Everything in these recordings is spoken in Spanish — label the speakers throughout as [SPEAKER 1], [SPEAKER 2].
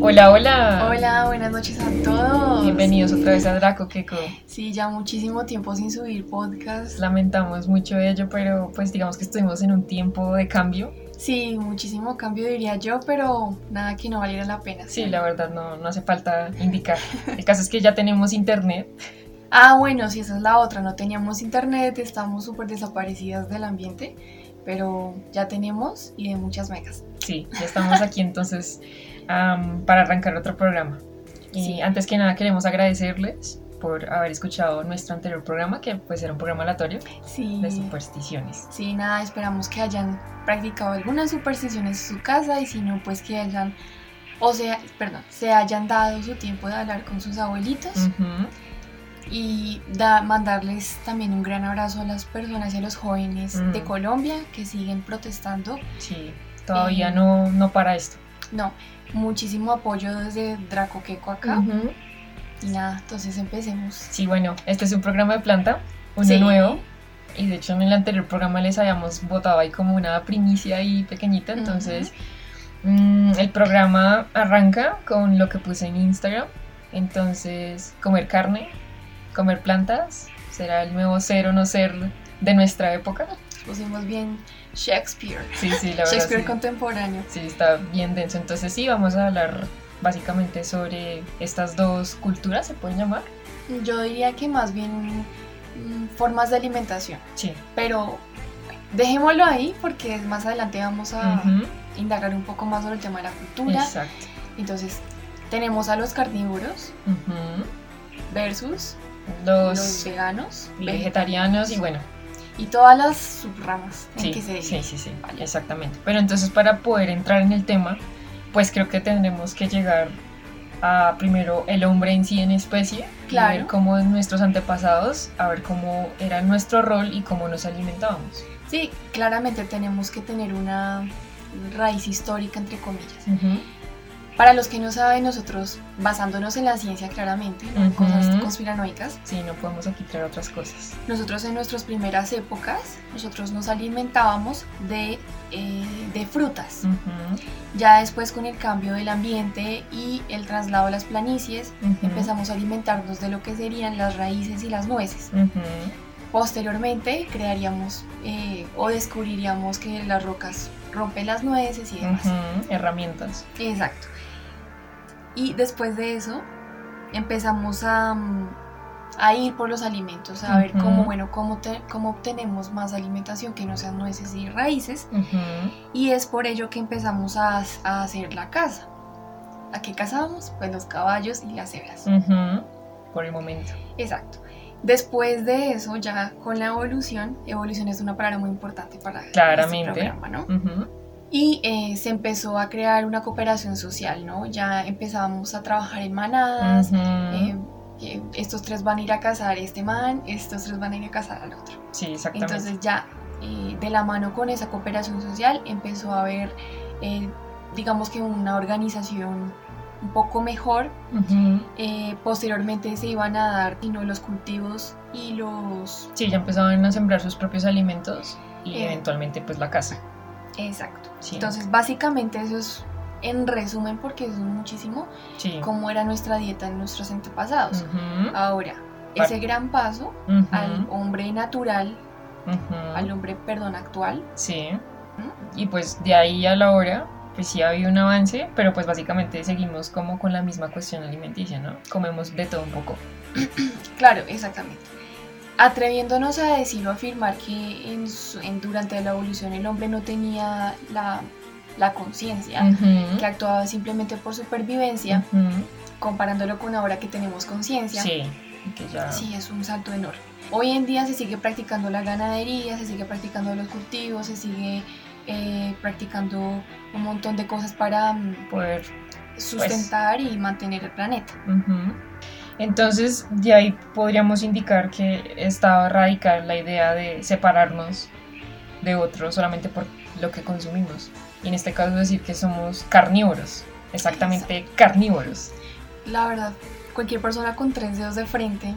[SPEAKER 1] Hola, hola.
[SPEAKER 2] Hola, buenas noches a todos.
[SPEAKER 1] Bienvenidos otra vez a Draco Queco.
[SPEAKER 2] Sí, ya muchísimo tiempo sin subir podcast.
[SPEAKER 1] Lamentamos mucho ello, pero pues digamos que estuvimos en un tiempo de cambio.
[SPEAKER 2] Sí, muchísimo cambio diría yo, pero nada que no valiera la pena.
[SPEAKER 1] Sí, la verdad no, no hace falta indicar. El caso es que ya tenemos internet.
[SPEAKER 2] Ah, bueno, sí, esa es la otra. No teníamos internet, estamos súper desaparecidas del ambiente, pero ya tenemos y de muchas megas.
[SPEAKER 1] Sí, ya estamos aquí entonces. Um, para arrancar otro programa. Sí. Y antes que nada queremos agradecerles por haber escuchado nuestro anterior programa, que pues era un programa aleatorio
[SPEAKER 2] sí.
[SPEAKER 1] de supersticiones.
[SPEAKER 2] Sí, nada, esperamos que hayan practicado algunas supersticiones en su casa y si no, pues que hayan, o sea, perdón, se hayan dado su tiempo de hablar con sus abuelitos.
[SPEAKER 1] Uh -huh.
[SPEAKER 2] Y da, mandarles también un gran abrazo a las personas y a los jóvenes uh -huh. de Colombia que siguen protestando.
[SPEAKER 1] Sí, todavía eh, no, no para esto.
[SPEAKER 2] No, muchísimo apoyo desde Draco Queco acá. Uh -huh. Y nada, entonces empecemos.
[SPEAKER 1] Sí, bueno, este es un programa de planta, uno sí. nuevo. Y de hecho en el anterior programa les habíamos votado ahí como una primicia ahí pequeñita. Entonces uh -huh. mmm, el programa arranca con lo que puse en Instagram. Entonces comer carne, comer plantas, será el nuevo ser o no ser de nuestra época.
[SPEAKER 2] Pusimos bien Shakespeare.
[SPEAKER 1] Sí, sí, la verdad.
[SPEAKER 2] Shakespeare
[SPEAKER 1] sí.
[SPEAKER 2] contemporáneo.
[SPEAKER 1] Sí, está bien denso. Entonces sí, vamos a hablar básicamente sobre estas dos culturas, ¿se pueden llamar?
[SPEAKER 2] Yo diría que más bien mm, formas de alimentación.
[SPEAKER 1] Sí.
[SPEAKER 2] Pero dejémoslo ahí porque más adelante vamos a uh -huh. indagar un poco más sobre el tema de la cultura.
[SPEAKER 1] Exacto.
[SPEAKER 2] Entonces, tenemos a los carnívoros
[SPEAKER 1] uh -huh.
[SPEAKER 2] versus
[SPEAKER 1] los,
[SPEAKER 2] los veganos,
[SPEAKER 1] vegetarianos, vegetarianos y bueno,
[SPEAKER 2] y todas las subramas en
[SPEAKER 1] sí,
[SPEAKER 2] que se
[SPEAKER 1] dedica. Sí, sí, sí, vale. exactamente. Pero entonces para poder entrar en el tema, pues creo que tendremos que llegar a primero el hombre en sí en especie,
[SPEAKER 2] claro.
[SPEAKER 1] y ver cómo nuestros antepasados, a ver cómo era nuestro rol y cómo nos alimentábamos.
[SPEAKER 2] Sí, claramente tenemos que tener una raíz histórica, entre comillas.
[SPEAKER 1] Uh -huh.
[SPEAKER 2] Para los que no saben, nosotros, basándonos en la ciencia claramente, no en uh -huh. cosas conspiranoicas.
[SPEAKER 1] Sí, no podemos aquí traer otras cosas.
[SPEAKER 2] Nosotros en nuestras primeras épocas, nosotros nos alimentábamos de, eh, de frutas.
[SPEAKER 1] Uh -huh.
[SPEAKER 2] Ya después con el cambio del ambiente y el traslado a las planicies,
[SPEAKER 1] uh -huh.
[SPEAKER 2] empezamos a alimentarnos de lo que serían las raíces y las nueces. Posteriormente crearíamos eh, o descubriríamos que las rocas rompen las nueces y demás.
[SPEAKER 1] Herramientas.
[SPEAKER 2] Exacto. Y después de eso empezamos a, mm, a ir por los alimentos, a uh -huh. ver cómo, bueno, cómo, te, cómo, obtenemos más alimentación que no sean nueces y raíces.
[SPEAKER 1] Uh -huh.
[SPEAKER 2] Y es por ello que empezamos a, a, hacer la caza. ¿A qué cazábamos? Pues los caballos y las cebras.
[SPEAKER 1] Uh -huh. Por el momento.
[SPEAKER 2] Exacto. Después de eso, ya con la evolución, evolución es una palabra muy importante para
[SPEAKER 1] Claramente.
[SPEAKER 2] Este programa, ¿no? Y eh, se empezó a crear una cooperación social, ¿no? Ya empezábamos a trabajar en manadas.
[SPEAKER 1] Uh -huh.
[SPEAKER 2] eh, estos tres van a ir a cazar a este man, estos tres van a ir a cazar al otro.
[SPEAKER 1] Sí, exactamente.
[SPEAKER 2] Entonces ya eh, de la mano con esa cooperación social empezó a haber, eh, digamos que una organización un poco mejor.
[SPEAKER 1] Uh -huh.
[SPEAKER 2] eh, posteriormente se iban a dar y no los cultivos y los...
[SPEAKER 1] Sí, ya empezaban a sembrar sus propios alimentos y eventualmente pues la casa.
[SPEAKER 2] Exacto.
[SPEAKER 1] Sí.
[SPEAKER 2] Eh. Entonces, básicamente eso es en resumen, porque es muchísimo,
[SPEAKER 1] sí.
[SPEAKER 2] cómo era nuestra dieta en nuestros antepasados.
[SPEAKER 1] Uh -huh.
[SPEAKER 2] Ahora,
[SPEAKER 1] Par
[SPEAKER 2] ese gran paso
[SPEAKER 1] uh -huh.
[SPEAKER 2] al hombre natural,
[SPEAKER 1] uh -huh.
[SPEAKER 2] al hombre, perdón, actual.
[SPEAKER 1] Sí. Y pues de ahí a la hora, pues sí ha habido un avance, pero pues básicamente seguimos como con la misma cuestión alimenticia, ¿no? Comemos de todo un poco.
[SPEAKER 2] claro, exactamente atreviéndonos a decir o afirmar que en, en, durante la evolución el hombre no tenía la, la conciencia,
[SPEAKER 1] uh -huh.
[SPEAKER 2] que actuaba simplemente por supervivencia,
[SPEAKER 1] uh -huh.
[SPEAKER 2] comparándolo con ahora que tenemos conciencia,
[SPEAKER 1] sí, que ya...
[SPEAKER 2] sí, es un salto enorme. Hoy en día se sigue practicando la ganadería, se sigue practicando los cultivos, se sigue eh, practicando un montón de cosas para mm,
[SPEAKER 1] poder
[SPEAKER 2] sustentar pues... y mantener el planeta.
[SPEAKER 1] Uh -huh. Entonces, de ahí podríamos indicar que estaba radical la idea de separarnos de otro solamente por lo que consumimos. Y en este caso decir que somos carnívoros, exactamente
[SPEAKER 2] Exacto.
[SPEAKER 1] carnívoros.
[SPEAKER 2] La verdad, cualquier persona con tres dedos de frente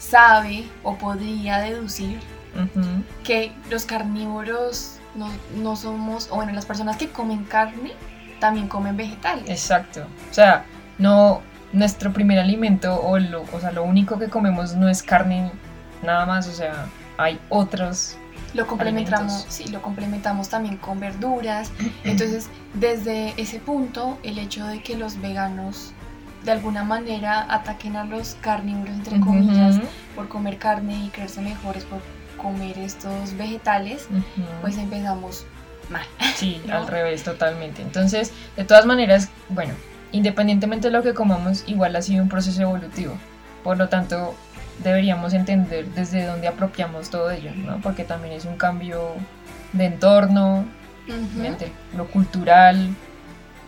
[SPEAKER 2] sabe o podría deducir
[SPEAKER 1] Ujú.
[SPEAKER 2] que los carnívoros no, no somos, o bueno, las personas que comen carne también comen vegetales.
[SPEAKER 1] Exacto. O sea, no nuestro primer alimento o lo, o sea, lo único que comemos no es carne nada más, o sea, hay otros.
[SPEAKER 2] Lo complementamos,
[SPEAKER 1] alimentos.
[SPEAKER 2] sí, lo complementamos también con verduras. Entonces, desde ese punto, el hecho de que los veganos de alguna manera ataquen a los carnívoros, entre comillas,
[SPEAKER 1] Ujú,
[SPEAKER 2] por comer carne y creerse mejores por comer estos vegetales,
[SPEAKER 1] ujú.
[SPEAKER 2] pues empezamos mal.
[SPEAKER 1] Sí,
[SPEAKER 2] ¿no?
[SPEAKER 1] al revés, totalmente. Entonces, de todas maneras, bueno, independientemente de lo que comamos, igual ha sido un proceso evolutivo. Por lo tanto, deberíamos entender desde dónde apropiamos todo ello, ¿no? Porque también es un cambio de entorno,
[SPEAKER 2] Ujú.
[SPEAKER 1] obviamente, lo cultural,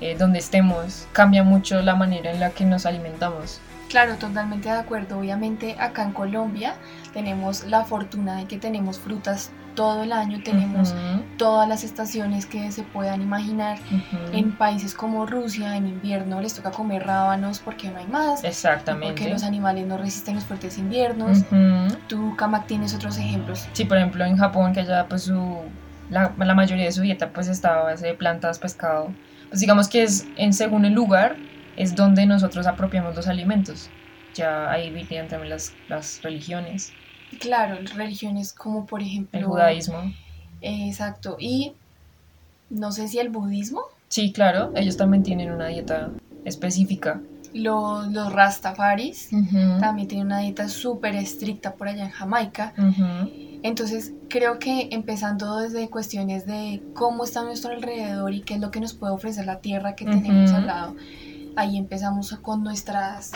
[SPEAKER 1] eh, donde estemos, cambia mucho la manera en la que nos alimentamos.
[SPEAKER 2] Claro, totalmente de acuerdo. Obviamente acá en Colombia tenemos la fortuna de que tenemos frutas todo el año, tenemos
[SPEAKER 1] Ujú,
[SPEAKER 2] todas las estaciones que se puedan imaginar.
[SPEAKER 1] ujú.
[SPEAKER 2] En países como Rusia, en invierno les toca comer rábanos porque no hay más, porque
[SPEAKER 1] Exactamente. Mm.
[SPEAKER 2] los animales no resisten los fuertes inviernos.
[SPEAKER 1] Ujú.
[SPEAKER 2] Tú, Kamak, tienes otros ejemplos.
[SPEAKER 1] Sí, por ejemplo, en Japón, que allá pues su, la, la mayoría de su dieta pues está a base de plantas, pescado. Pues digamos que es en según el lugar es donde nosotros apropiamos los alimentos. Ya ahí vivían también las, las religiones,
[SPEAKER 2] Claro, religiones como por ejemplo...
[SPEAKER 1] el judaísmo.
[SPEAKER 2] eh, exacto. Y no sé si el budismo,
[SPEAKER 1] Sí, claro, ellos también tienen una dieta específica.
[SPEAKER 2] los, los rastafaris, también tienen una dieta súper estricta por allá en Jamaica.
[SPEAKER 1] Ujú,
[SPEAKER 2] Entonces, creo que empezando desde cuestiones de cómo está nuestro alrededor y qué es lo que nos puede ofrecer la tierra que tenemos
[SPEAKER 1] Ujú.
[SPEAKER 2] al lado, ahí empezamos con nuestras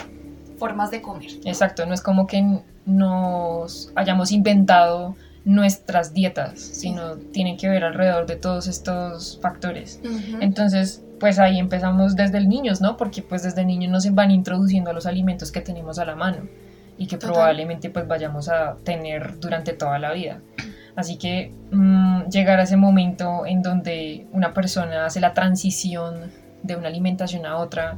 [SPEAKER 2] formas de comer.
[SPEAKER 1] Exacto, no es como que nos hayamos inventado nuestras dietas, sino tienen que ver alrededor de todos estos factores. Entonces, pues ahí empezamos desde el niños, ¿no? Porque pues desde niños nos van introduciendo a los alimentos que tenemos a la mano y que
[SPEAKER 2] Total.
[SPEAKER 1] probablemente pues vayamos a tener durante toda la vida. Así que mm, llegar a ese momento en donde una persona hace la transición de una alimentación a otra.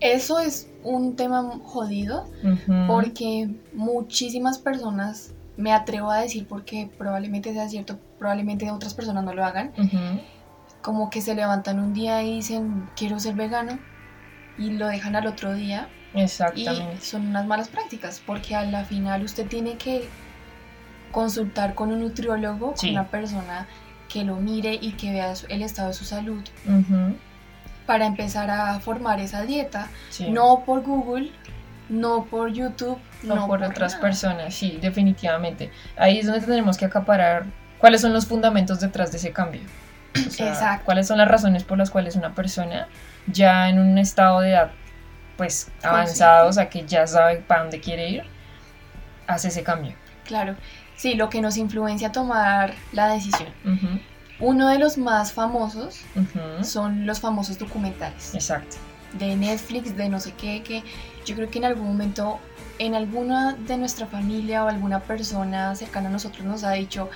[SPEAKER 2] Eso es un tema jodido
[SPEAKER 1] Ujú.
[SPEAKER 2] porque muchísimas personas, me atrevo a decir porque probablemente sea cierto, probablemente otras personas no lo hagan,
[SPEAKER 1] Ujú.
[SPEAKER 2] como que se levantan un día y dicen quiero ser vegano y lo dejan al otro día Y
[SPEAKER 1] Exactamente.
[SPEAKER 2] son unas malas prácticas, porque a la final usted tiene que consultar con un nutriólogo,
[SPEAKER 1] Sí.
[SPEAKER 2] con una persona que lo mire y que vea su- el estado de su salud
[SPEAKER 1] Ujú.
[SPEAKER 2] para empezar a formar esa dieta,
[SPEAKER 1] Sí.
[SPEAKER 2] no por Google, no por YouTube,
[SPEAKER 1] no,
[SPEAKER 2] no,
[SPEAKER 1] por otras
[SPEAKER 2] nada.
[SPEAKER 1] personas, sí, definitivamente. Ahí es donde tendremos que acaparar cuáles son los fundamentos detrás de ese cambio. O sea,
[SPEAKER 2] Exacto.
[SPEAKER 1] cuáles son las razones por las cuales una persona ya en un estado de edad pues avanzado, o sea, que ya sabe para dónde quiere ir, hace ese cambio.
[SPEAKER 2] Claro, sí, lo que nos influencia a tomar la decisión.
[SPEAKER 1] Ujú,
[SPEAKER 2] Uno de los más famosos
[SPEAKER 1] ujú,
[SPEAKER 2] son los famosos documentales.
[SPEAKER 1] Exacto.
[SPEAKER 2] de Netflix, de no sé qué, que yo creo que en algún momento en alguna de nuestra familia o alguna persona cercana a nosotros nos ha dicho,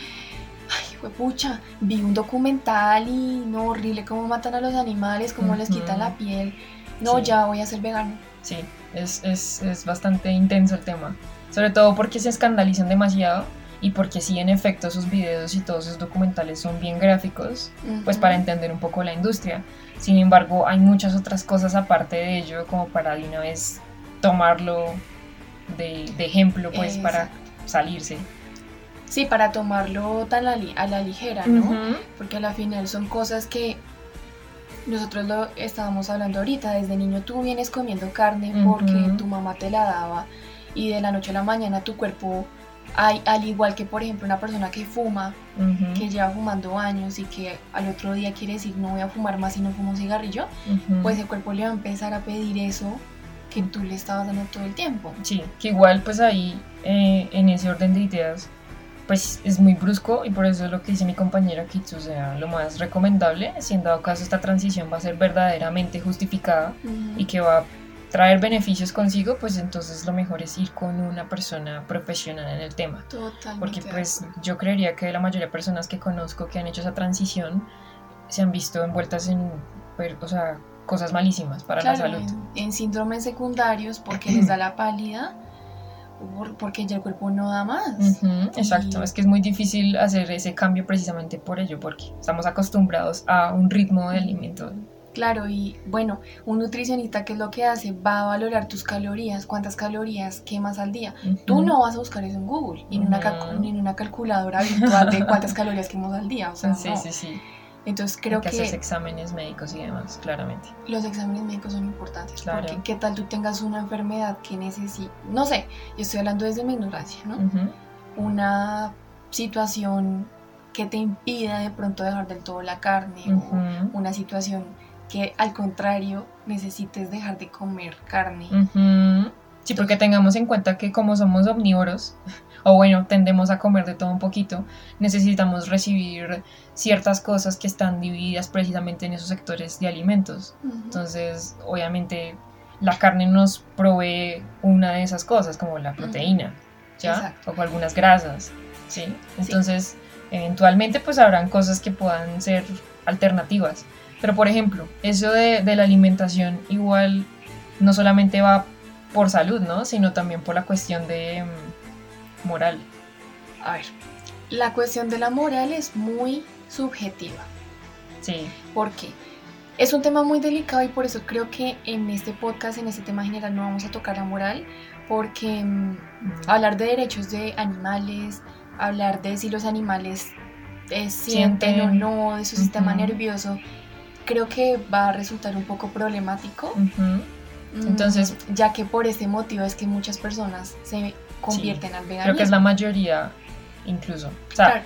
[SPEAKER 2] ay, pucha, vi un documental y no, horrible cómo matan a los animales, cómo les quitan
[SPEAKER 1] Ujú.
[SPEAKER 2] la piel. No,
[SPEAKER 1] Sí.
[SPEAKER 2] ya voy a ser vegano.
[SPEAKER 1] Sí, es, es, es bastante intenso el tema. Sobre todo porque se escandalizan demasiado y porque sí, en efecto, sus videos y todos sus documentales son bien gráficos. pues para
[SPEAKER 2] Ujú.
[SPEAKER 1] entender un poco la industria. Sin embargo, hay muchas otras cosas aparte de ello, como para de una vez tomarlo de, de ejemplo, pues para
[SPEAKER 2] Exacto.
[SPEAKER 1] salirse.
[SPEAKER 2] Sí, para tomarlo tan a, li- a la ligera, ¿no?
[SPEAKER 1] Ujú.
[SPEAKER 2] Porque a la final son cosas que nosotros lo estábamos hablando ahorita, desde niño tú vienes comiendo carne porque
[SPEAKER 1] Ujú.
[SPEAKER 2] tu mamá te la daba y de la noche a la mañana tu cuerpo, hay, al igual que por ejemplo una persona que fuma,
[SPEAKER 1] Ujú.
[SPEAKER 2] que lleva fumando años y que al otro día quiere decir no voy a fumar más y no fumo un cigarrillo,
[SPEAKER 1] Ujú.
[SPEAKER 2] pues el cuerpo le va a empezar a pedir eso que tú le estabas dando todo el tiempo.
[SPEAKER 1] Sí, que igual pues ahí eh, en ese orden de ideas pues es muy brusco y por eso es lo que dice mi compañera Kitsu, o sea, lo más recomendable, si en dado caso esta transición va a ser verdaderamente justificada y que va traer beneficios consigo, pues entonces lo mejor es ir con una persona profesional en el tema.
[SPEAKER 2] Totalmente.
[SPEAKER 1] Porque pues yo creería que la mayoría de personas que conozco que han hecho esa transición se han visto envueltas en, pues, o sea, cosas malísimas para
[SPEAKER 2] Claro,
[SPEAKER 1] la salud.
[SPEAKER 2] En, en síndromes secundarios porque les da la pálida o por- porque ya el cuerpo no da más.
[SPEAKER 1] Ujú, exacto,
[SPEAKER 2] Y-
[SPEAKER 1] es que es muy difícil hacer ese cambio precisamente por ello, porque estamos acostumbrados a un ritmo de alimento.
[SPEAKER 2] Claro, y bueno, un nutricionista, ¿qué es lo que hace? Va a valorar tus calorías, cuántas calorías quemas al día. Tú
[SPEAKER 1] Ujú,
[SPEAKER 2] no vas a buscar eso en Google, ni en una, calcu-
[SPEAKER 1] No.
[SPEAKER 2] ni en una calculadora habitual de cuántas calorías quemas al día. O sea,
[SPEAKER 1] Sí,
[SPEAKER 2] no.
[SPEAKER 1] sí, sí.
[SPEAKER 2] Entonces
[SPEAKER 1] Creo
[SPEAKER 2] creo
[SPEAKER 1] que,
[SPEAKER 2] que,
[SPEAKER 1] haces exámenes médicos y demás, claramente.
[SPEAKER 2] los exámenes médicos son importantes.
[SPEAKER 1] Claro.
[SPEAKER 2] Porque qué tal tú tengas una enfermedad que necesite, no sé, yo estoy hablando desde mi ignorancia, ¿no?
[SPEAKER 1] Ujú,
[SPEAKER 2] Una situación que te impida de pronto dejar del todo la carne o
[SPEAKER 1] ujú,
[SPEAKER 2] una situación que al contrario necesites dejar de comer carne.
[SPEAKER 1] ujú. Sí, porque tengamos en cuenta que como somos omnívoros, o bueno, tendemos a comer de todo un poquito, necesitamos recibir ciertas cosas que están divididas precisamente en esos sectores de alimentos.
[SPEAKER 2] Ujú.
[SPEAKER 1] Entonces, obviamente, la carne nos provee una de esas cosas, como la proteína, ¿ya?
[SPEAKER 2] Exacto.
[SPEAKER 1] O algunas grasas, ¿sí? Entonces, eventualmente, pues habrán cosas que puedan ser alternativas. Pero, por ejemplo, eso de, de la alimentación igual no solamente va por salud, ¿no? Sino también por la cuestión de mm, moral.
[SPEAKER 2] A ver, la cuestión de la moral es muy subjetiva.
[SPEAKER 1] Sí.
[SPEAKER 2] porque es un tema muy delicado y por eso creo que en este podcast, en este tema general, no vamos a tocar la moral, porque mm, hablar de derechos de animales, hablar de si los animales eh, sienten o
[SPEAKER 1] Sienten.
[SPEAKER 2] no, de su sistema
[SPEAKER 1] Ujú.
[SPEAKER 2] nervioso, creo que va a resultar un poco problemático.
[SPEAKER 1] Ujú.
[SPEAKER 2] mm,
[SPEAKER 1] Entonces-
[SPEAKER 2] ya que por este motivo es que muchas personas se convierten al veganismo.
[SPEAKER 1] Creo que es la mayoría, incluso. O sea,
[SPEAKER 2] Claro,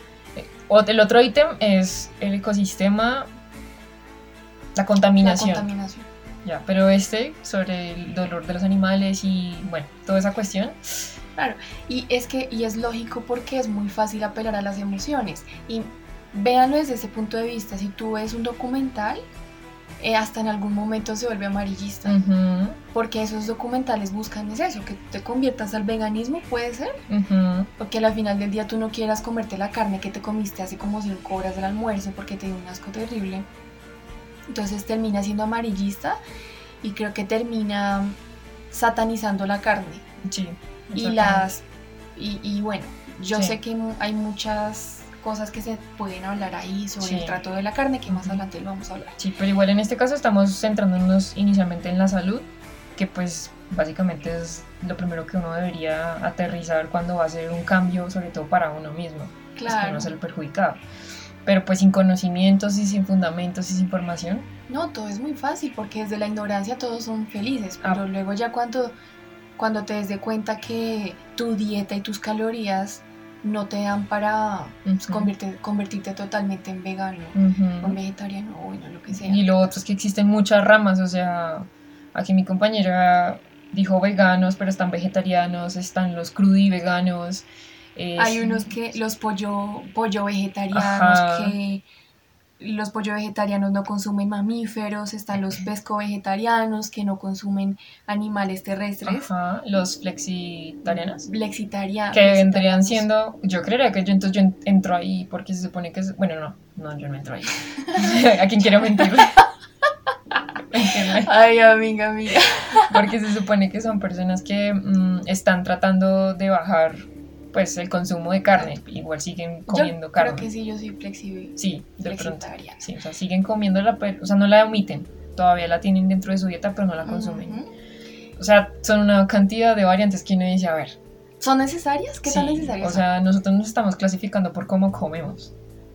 [SPEAKER 1] O- El otro ítem es el ecosistema, la
[SPEAKER 2] la
[SPEAKER 1] contaminación.
[SPEAKER 2] contaminación.
[SPEAKER 1] ya, pero este sobre el dolor de los animales y bueno, toda esa cuestión.
[SPEAKER 2] Y es que, y es lógico porque es muy fácil apelar a las emociones. Y véanlo desde ese punto de vista. Si tú ves un documental, eh, hasta en algún momento se vuelve amarillista.
[SPEAKER 1] Mm. Ujú,
[SPEAKER 2] Porque esos documentales buscan es eso, que tú te conviertas al veganismo, puede ser.
[SPEAKER 1] ujú,
[SPEAKER 2] Porque al final del día tú no quieras comerte la carne que te comiste hace como 5 horas del almuerzo porque te dio un asco terrible. Entonces termina siendo amarillista y creo que termina satanizando la carne
[SPEAKER 1] sí,
[SPEAKER 2] y
[SPEAKER 1] exactamente.
[SPEAKER 2] las y, y bueno yo
[SPEAKER 1] Sí.
[SPEAKER 2] sé que mu- hay muchas cosas que se pueden hablar ahí sobre
[SPEAKER 1] Sí.
[SPEAKER 2] el trato de la carne que más
[SPEAKER 1] Ujú.
[SPEAKER 2] adelante lo vamos a hablar
[SPEAKER 1] Sí, pero igual en este caso estamos centrándonos inicialmente en la salud, que pues básicamente es lo primero que uno debería aterrizar cuando va a hacer un cambio, sobre todo para uno mismo. pues, para
[SPEAKER 2] claro
[SPEAKER 1] no ser perjudicado. Pero pues sin conocimientos y sin fundamentos y sin información,
[SPEAKER 2] no todo es muy fácil porque desde la ignorancia todos son felices
[SPEAKER 1] Ah.
[SPEAKER 2] pero luego ya cuando cuando te des de cuenta que tu dieta y tus calorías no te dan para pues,
[SPEAKER 1] Ujú.
[SPEAKER 2] convierte- convertirte totalmente en vegano o
[SPEAKER 1] Ujú.
[SPEAKER 2] en vegetariano o bueno lo que sea
[SPEAKER 1] Y lo otro es que existen muchas ramas, o sea, aquí mi compañera dijo veganos, pero están vegetarianos, están los crudi veganos. eh,
[SPEAKER 2] Hay unos que los pollo, pollo vegetarianos,
[SPEAKER 1] Ajá.
[SPEAKER 2] que los pollo vegetarianos no consumen mamíferos, están los pesco vegetarianos que no consumen animales terrestres,
[SPEAKER 1] Ajá, los flexitarianos.
[SPEAKER 2] Blexitaria-
[SPEAKER 1] Ah. Que vendrían
[SPEAKER 2] blexitarianos.
[SPEAKER 1] siendo, yo creería que yo entonces yo en- entro ahí porque se supone que es, bueno, no, no, yo no entro ahí. ¿A quién quiero mentir? Entiéndeme.
[SPEAKER 2] Ay, amiga, amiga.
[SPEAKER 1] porque se supone que son personas que mm, están tratando de bajar pues el consumo de carne, igual siguen comiendo
[SPEAKER 2] yo
[SPEAKER 1] carne.
[SPEAKER 2] creo que sí, yo soy flexible.
[SPEAKER 1] Sí, de pronto.
[SPEAKER 2] Flexitariana.
[SPEAKER 1] Sí, o sea, siguen comiéndola, pero, o sea, no la omiten. Todavía la tienen dentro de su dieta, pero no la consumen.
[SPEAKER 2] Ujú.
[SPEAKER 1] O sea, son una cantidad de variantes que uno dice, a ver.
[SPEAKER 2] ¿Son necesarias? ¿Qué tan
[SPEAKER 1] sí,
[SPEAKER 2] necesarias?
[SPEAKER 1] O sea, nosotros nos estamos clasificando por cómo comemos.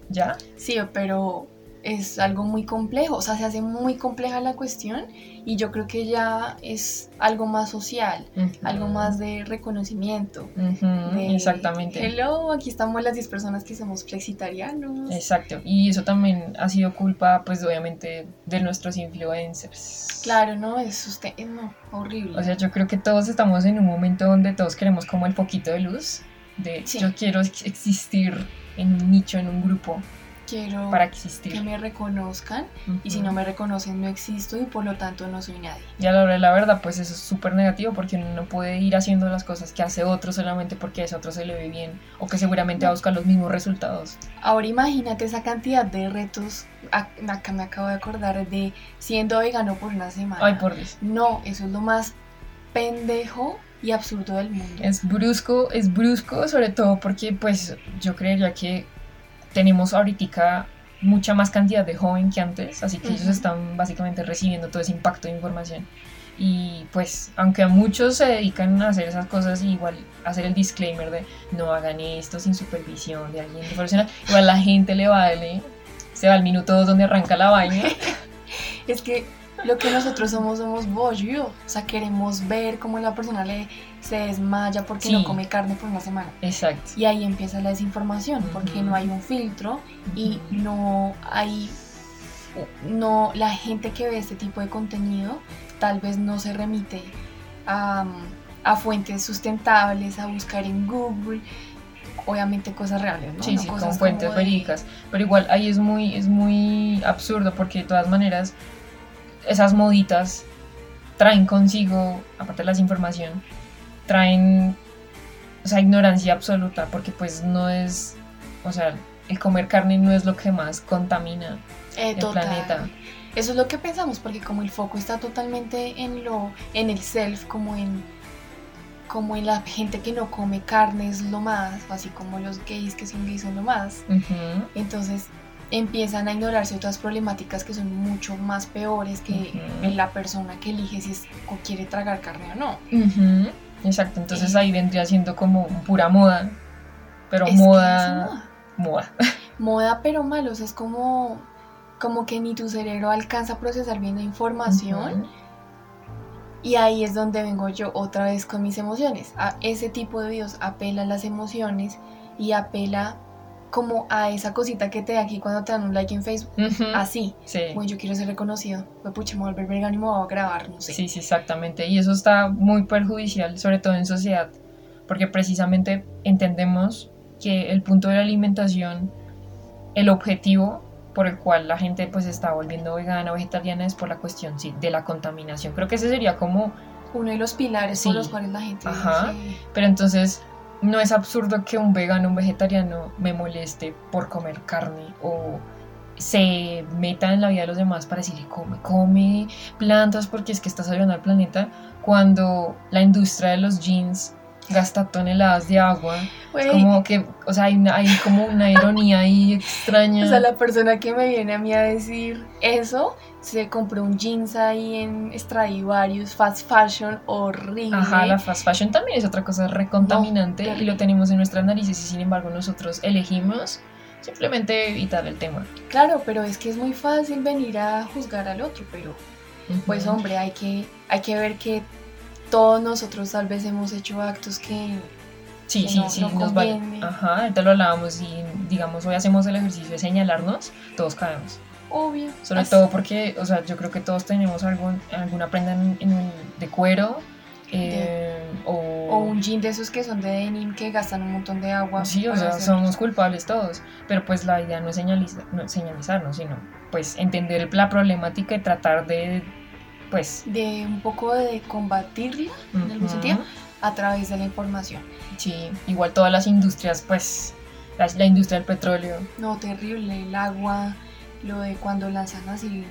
[SPEAKER 1] ¿Ya?
[SPEAKER 2] son? sí, pero es algo muy complejo, o sea, se hace muy compleja la cuestión y yo creo que ya es algo más social, algo más de reconocimiento.
[SPEAKER 1] Ujú,
[SPEAKER 2] de,
[SPEAKER 1] Exactamente.
[SPEAKER 2] Hello, aquí estamos las 10 personas que somos flexitarianos.
[SPEAKER 1] Exacto. Y eso también ha sido culpa, pues obviamente, de nuestros influencers.
[SPEAKER 2] Claro, no, es usted, eh, no, horrible.
[SPEAKER 1] O sea, yo creo que todos estamos en un momento donde todos queremos como el poquito de luz, de
[SPEAKER 2] Sí.
[SPEAKER 1] yo quiero ex- existir en un nicho, en un grupo.
[SPEAKER 2] quiero
[SPEAKER 1] para existir.
[SPEAKER 2] que me reconozcan y si no me reconocen no existo y por lo tanto no soy nadie.
[SPEAKER 1] Y a la hora de la verdad, pues eso es súper negativo porque uno no puede ir haciendo las cosas que hace otro solamente porque a ese otro se le ve bien o que seguramente va a buscar los mismos resultados.
[SPEAKER 2] Ahora imagínate esa cantidad de retos, a- acá me acabo de acordar de siendo vegano por una semana.
[SPEAKER 1] Ay, por Dios.
[SPEAKER 2] No, eso es lo más pendejo y absurdo del mundo.
[SPEAKER 1] Es brusco, es brusco, sobre todo porque pues yo creería que tenemos ahorita mucha más cantidad de joven que antes, así que ellos
[SPEAKER 2] Ujú.
[SPEAKER 1] están básicamente recibiendo todo ese impacto de información. Y pues, aunque a muchos se dedican a hacer esas cosas, igual hacer el disclaimer de no hagan esto sin supervisión de alguien profesional, igual la gente le vale, se va al minuto dos donde arranca la vaina.
[SPEAKER 2] Es que lo que nosotros somos somos bollo. O sea, queremos ver cómo la persona le, se desmaya porque
[SPEAKER 1] Sí.
[SPEAKER 2] no come carne por una semana.
[SPEAKER 1] Exacto.
[SPEAKER 2] Y ahí empieza la desinformación, porque
[SPEAKER 1] Ujú.
[SPEAKER 2] no hay un filtro y no hay no la gente que ve este tipo de contenido tal vez no se remite a, a fuentes sustentables, a buscar en Google, obviamente cosas reales, ¿no?
[SPEAKER 1] Sí,
[SPEAKER 2] No
[SPEAKER 1] sí,
[SPEAKER 2] cosas
[SPEAKER 1] con fuentes
[SPEAKER 2] como de-
[SPEAKER 1] verídicas. Pero igual ahí es muy, es muy absurdo porque de todas maneras esas moditas traen consigo, aparte de la desinformación, traen o sea, ignorancia absoluta porque pues no es, o sea, el comer carne no es lo que más contamina
[SPEAKER 2] Eh,
[SPEAKER 1] el
[SPEAKER 2] total.
[SPEAKER 1] planeta.
[SPEAKER 2] Eso es lo que pensamos, porque como el foco está totalmente en lo, en el self, como en, como en la gente que no come carne es lo más, así como los gays que son gays son lo más.
[SPEAKER 1] Ujú,
[SPEAKER 2] Entonces empiezan a ignorarse otras problemáticas que son mucho más peores que
[SPEAKER 1] Ujú.
[SPEAKER 2] en la persona que elige si es- o quiere tragar carne o no.
[SPEAKER 1] ujú, Exacto, entonces
[SPEAKER 2] Eh.
[SPEAKER 1] ahí vendría siendo como pura moda, pero
[SPEAKER 2] Es que es
[SPEAKER 1] moda,
[SPEAKER 2] moda.
[SPEAKER 1] moda.
[SPEAKER 2] Moda, pero mal, o sea, es como, como que ni tu cerebro alcanza a procesar bien la información.
[SPEAKER 1] Ujú.
[SPEAKER 2] Y ahí es donde vengo yo otra vez con mis emociones. A ese tipo de videos apela a las emociones y apela como a esa cosita que te da aquí cuando te dan un like en Facebook.
[SPEAKER 1] Ujú,
[SPEAKER 2] Así,
[SPEAKER 1] Mm. Sí.
[SPEAKER 2] bueno, yo quiero ser reconocido. Me pucha, me voy a volver vegano y me voy a grabar, no sé.
[SPEAKER 1] Sí, sí, exactamente. Y eso está muy perjudicial, sobre todo en sociedad, porque precisamente entendemos que el punto de la alimentación, el objetivo por el cual la gente pues está volviendo vegana o vegetariana es por la cuestión sí, de la contaminación. Creo que ese sería como,
[SPEAKER 2] Uno de los pilares por
[SPEAKER 1] Sí.
[SPEAKER 2] los cuales la gente
[SPEAKER 1] Ajá.
[SPEAKER 2] dice,
[SPEAKER 1] pero entonces no es absurdo que un vegano o un vegetariano me moleste por comer carne o se meta en la vida de los demás para decirle come, come plantas porque es que estás ayudando al planeta cuando la industria de los jeans gasta toneladas de agua.
[SPEAKER 2] "Güey,
[SPEAKER 1] Es como que, o sea, hay, una- hay como una ironía ahí extraña.
[SPEAKER 2] O sea, la persona que me viene a mí a decir eso, se compró un jeans ahí en Stradivarius, fast fashion, horrible.
[SPEAKER 1] Ajá, la fast fashion también es otra cosa recontaminante
[SPEAKER 2] No,
[SPEAKER 1] y lo tenemos en nuestras narices y sin embargo nosotros elegimos simplemente evitar el tema.
[SPEAKER 2] Claro, pero es que es muy fácil venir a juzgar al otro, pero pues
[SPEAKER 1] Ujú.
[SPEAKER 2] hombre, hay que, hay que ver que todos nosotros tal vez hemos hecho actos que...
[SPEAKER 1] Sí,
[SPEAKER 2] que
[SPEAKER 1] sí,
[SPEAKER 2] no-
[SPEAKER 1] sí,
[SPEAKER 2] no
[SPEAKER 1] nos vale.
[SPEAKER 2] conviene.
[SPEAKER 1] Ajá, ahorita lo hablábamos y digamos hoy hacemos el ejercicio de señalarnos, todos caemos.
[SPEAKER 2] Obvio. pues,
[SPEAKER 1] Sobre
[SPEAKER 2] así-
[SPEAKER 1] todo porque, o sea, yo creo que todos tenemos algún, alguna prenda en- en- de cuero eh, o,
[SPEAKER 2] O un jean de esos que son de denim que gastan un montón de agua.
[SPEAKER 1] Sí, o
[SPEAKER 2] para
[SPEAKER 1] sea,
[SPEAKER 2] hacer-
[SPEAKER 1] somos culpables todos. Pero pues la idea no es señaliza- no es señalizarnos, sino pues entender la problemática y tratar de, pues...
[SPEAKER 2] De un poco de combatirla algún
[SPEAKER 1] ujú,
[SPEAKER 2] sentido? a través de la información.
[SPEAKER 1] Sí, igual todas las industrias, pues... La, la industria del petróleo.
[SPEAKER 2] No, terrible, el agua, lo de cuando lanzan así...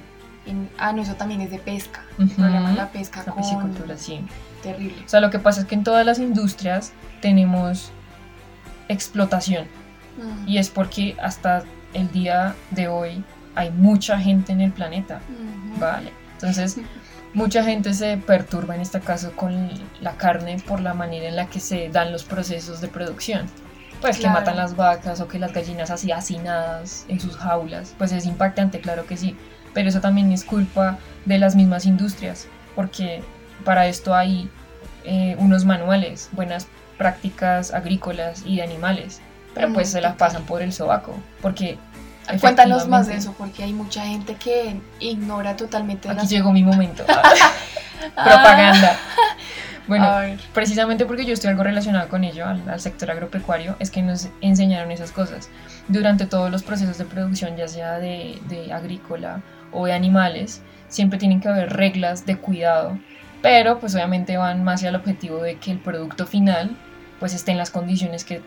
[SPEAKER 2] en- ah, no, eso también es de pesca. El
[SPEAKER 1] Ujú.
[SPEAKER 2] problema de la pesca
[SPEAKER 1] La
[SPEAKER 2] con...
[SPEAKER 1] piscicultura, sí.
[SPEAKER 2] Terrible.
[SPEAKER 1] O sea, lo que pasa es que en todas las industrias tenemos explotación.
[SPEAKER 2] Mm,
[SPEAKER 1] Y es porque hasta el día de hoy hay mucha gente en el planeta.
[SPEAKER 2] ujú.
[SPEAKER 1] Vale. Entonces, mucha gente se perturba en este caso con la carne por la manera en la que se dan los procesos de producción. Pues
[SPEAKER 2] Claro.
[SPEAKER 1] que matan las vacas o que las gallinas así hacinadas en sus jaulas. Pues es impactante, claro que sí. Pero eso también es culpa de las mismas industrias, porque para esto hay eh, unos manuales, buenas prácticas agrícolas y de animales. Pero pues
[SPEAKER 2] Mm,
[SPEAKER 1] se las
[SPEAKER 2] total.
[SPEAKER 1] pasan por el sobaco, porque...
[SPEAKER 2] Cuéntanos más de
[SPEAKER 1] efectivamente-
[SPEAKER 2] eso, porque hay mucha gente que ignora totalmente
[SPEAKER 1] Aquí
[SPEAKER 2] las
[SPEAKER 1] llegó mi momento.
[SPEAKER 2] Ah,
[SPEAKER 1] propaganda. Bueno,
[SPEAKER 2] A ver.
[SPEAKER 1] precisamente porque yo estoy algo relacionado con ello, al, al sector agropecuario, es que nos enseñaron esas cosas. Durante todos los procesos de producción, ya sea de, de agrícola o de animales, siempre tienen que haber reglas de cuidado, pero pues obviamente van más hacia el objetivo de que el producto final pues esté en las condiciones que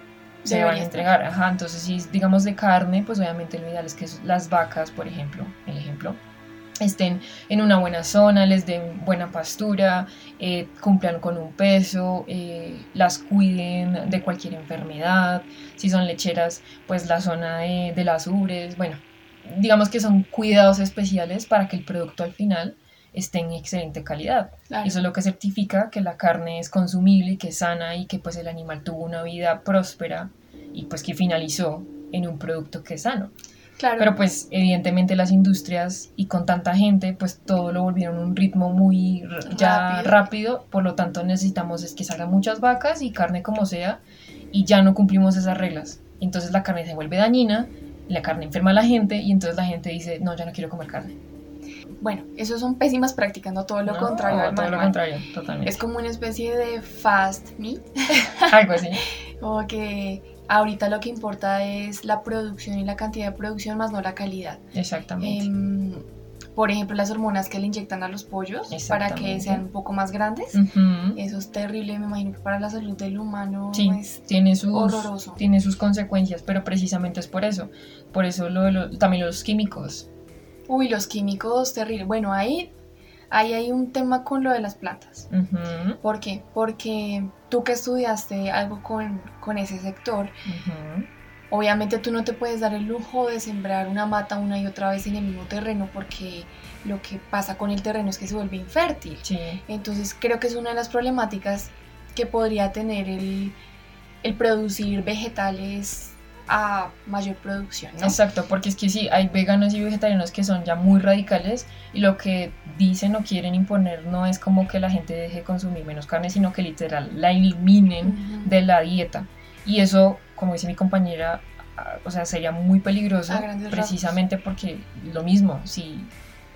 [SPEAKER 1] se
[SPEAKER 2] Debería
[SPEAKER 1] van a
[SPEAKER 2] estar.
[SPEAKER 1] entregar. Ajá, entonces si es, digamos de carne, pues obviamente lo ideal es que las vacas, por ejemplo, el ejemplo, estén en una buena zona, les den buena pastura, eh, cumplan con un peso, eh, las cuiden de cualquier enfermedad, si son lecheras, pues la zona de, de las ubres, bueno, digamos que son cuidados especiales para que el producto al final esté en excelente calidad.
[SPEAKER 2] Claro.
[SPEAKER 1] Eso es lo que certifica que la carne es consumible, y que es sana y que pues el animal tuvo una vida próspera y pues que finalizó en un producto que es sano.
[SPEAKER 2] Claro.
[SPEAKER 1] Pero pues evidentemente las industrias y con tanta gente pues todo lo volvieron un ritmo muy r- ya
[SPEAKER 2] Rápido.
[SPEAKER 1] rápido. por lo tanto necesitamos es que salgan muchas vacas y carne como sea y ya no cumplimos esas reglas. Entonces la carne se vuelve dañina, la carne enferma a la gente y entonces la gente dice, no, ya no quiero comer carne.
[SPEAKER 2] Bueno, eso son pésimas prácticas, no todo lo
[SPEAKER 1] No, Ah,
[SPEAKER 2] contrario al
[SPEAKER 1] todo lo
[SPEAKER 2] manual.
[SPEAKER 1] contrario, totalmente.
[SPEAKER 2] Es como una especie de fast meat,
[SPEAKER 1] Algo así.
[SPEAKER 2] como que ahorita lo que importa es la producción y la cantidad de producción, más no la calidad.
[SPEAKER 1] Exactamente.
[SPEAKER 2] Em, por ejemplo, las hormonas que le inyectan a los pollos para que
[SPEAKER 1] Exactamente.
[SPEAKER 2] sean un poco más grandes.
[SPEAKER 1] Ujú.
[SPEAKER 2] Eso es terrible, me imagino que para la salud del humano
[SPEAKER 1] Sí.
[SPEAKER 2] es
[SPEAKER 1] Tiene sus,
[SPEAKER 2] horroroso.
[SPEAKER 1] tiene sus consecuencias, pero precisamente es por eso. Por eso lo, de lo- también los químicos.
[SPEAKER 2] Uy, los químicos, terrible. Bueno, ahí, ahí hay un tema con lo de las plantas.
[SPEAKER 1] Ujú,
[SPEAKER 2] ¿Por qué? Porque tú que estudiaste algo con, con ese sector,
[SPEAKER 1] ujú.
[SPEAKER 2] Obviamente tú no te puedes dar el lujo de sembrar una mata una y otra vez en el mismo terreno porque lo que pasa con el terreno es que se vuelve infértil.
[SPEAKER 1] Sí.
[SPEAKER 2] Entonces creo que es una de las problemáticas que podría tener el, el producir vegetales a mayor producción. ¿no?
[SPEAKER 1] Exacto, porque es que sí, hay veganos y vegetarianos que son ya muy radicales y lo que dicen o quieren imponer no es como que la gente deje de consumir menos carne, sino que literal la eliminen
[SPEAKER 2] Ujú.
[SPEAKER 1] de la dieta. Y eso, como dice mi compañera, ah, o sea, sería muy peligroso
[SPEAKER 2] A grandes rasgos.
[SPEAKER 1] precisamente porque lo mismo, si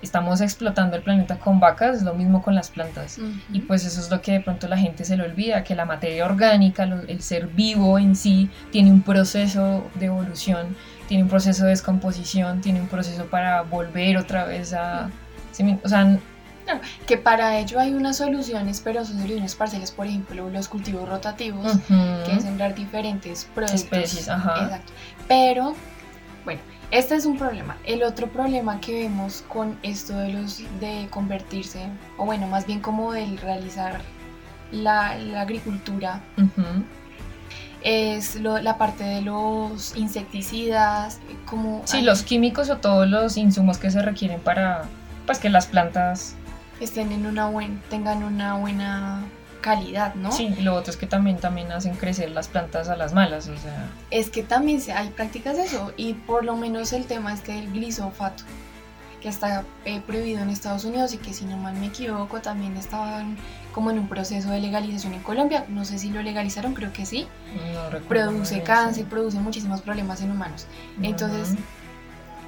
[SPEAKER 1] estamos explotando el planeta con vacas, es lo mismo con las plantas.
[SPEAKER 2] Ujú.
[SPEAKER 1] Y pues eso es lo que de pronto la gente se le olvida, que la materia orgánica, lo- el ser vivo en sí, tiene un proceso de evolución, tiene un proceso de descomposición, tiene un proceso para volver otra vez a... ¿sí me- O sea, n-
[SPEAKER 2] Que para ello hay unas soluciones, pero son soluciones parciales, por ejemplo, los cultivos rotativos.
[SPEAKER 1] ujú, ah.
[SPEAKER 2] que es sembrar diferentes productos.
[SPEAKER 1] Especies, ajá.
[SPEAKER 2] Exacto. Pero, bueno, este es un problema. El otro problema que vemos con esto de los de convertirse, o bueno, más bien como del realizar la, la agricultura,
[SPEAKER 1] ujú.
[SPEAKER 2] es lo- la parte de los insecticidas, como...
[SPEAKER 1] Sí,
[SPEAKER 2] ay,
[SPEAKER 1] los químicos o todos los insumos que se requieren para pues que las plantas
[SPEAKER 2] Estén en una buen, tengan una buena calidad, ¿no?
[SPEAKER 1] sí y lo otro es que también también hacen crecer las plantas a las malas o sea
[SPEAKER 2] es que también se- hay prácticas de eso y por lo menos el tema es que el glisofato que está eh, prohibido en Estados Unidos y que si no mal me equivoco también estaban como en un proceso de legalización en Colombia, no sé si lo legalizaron, creo que sí,
[SPEAKER 1] no recuerdo muy
[SPEAKER 2] produce
[SPEAKER 1] bien,
[SPEAKER 2] cáncer,
[SPEAKER 1] sí.
[SPEAKER 2] produce muchísimos problemas en humanos. Entonces,
[SPEAKER 1] Ujú,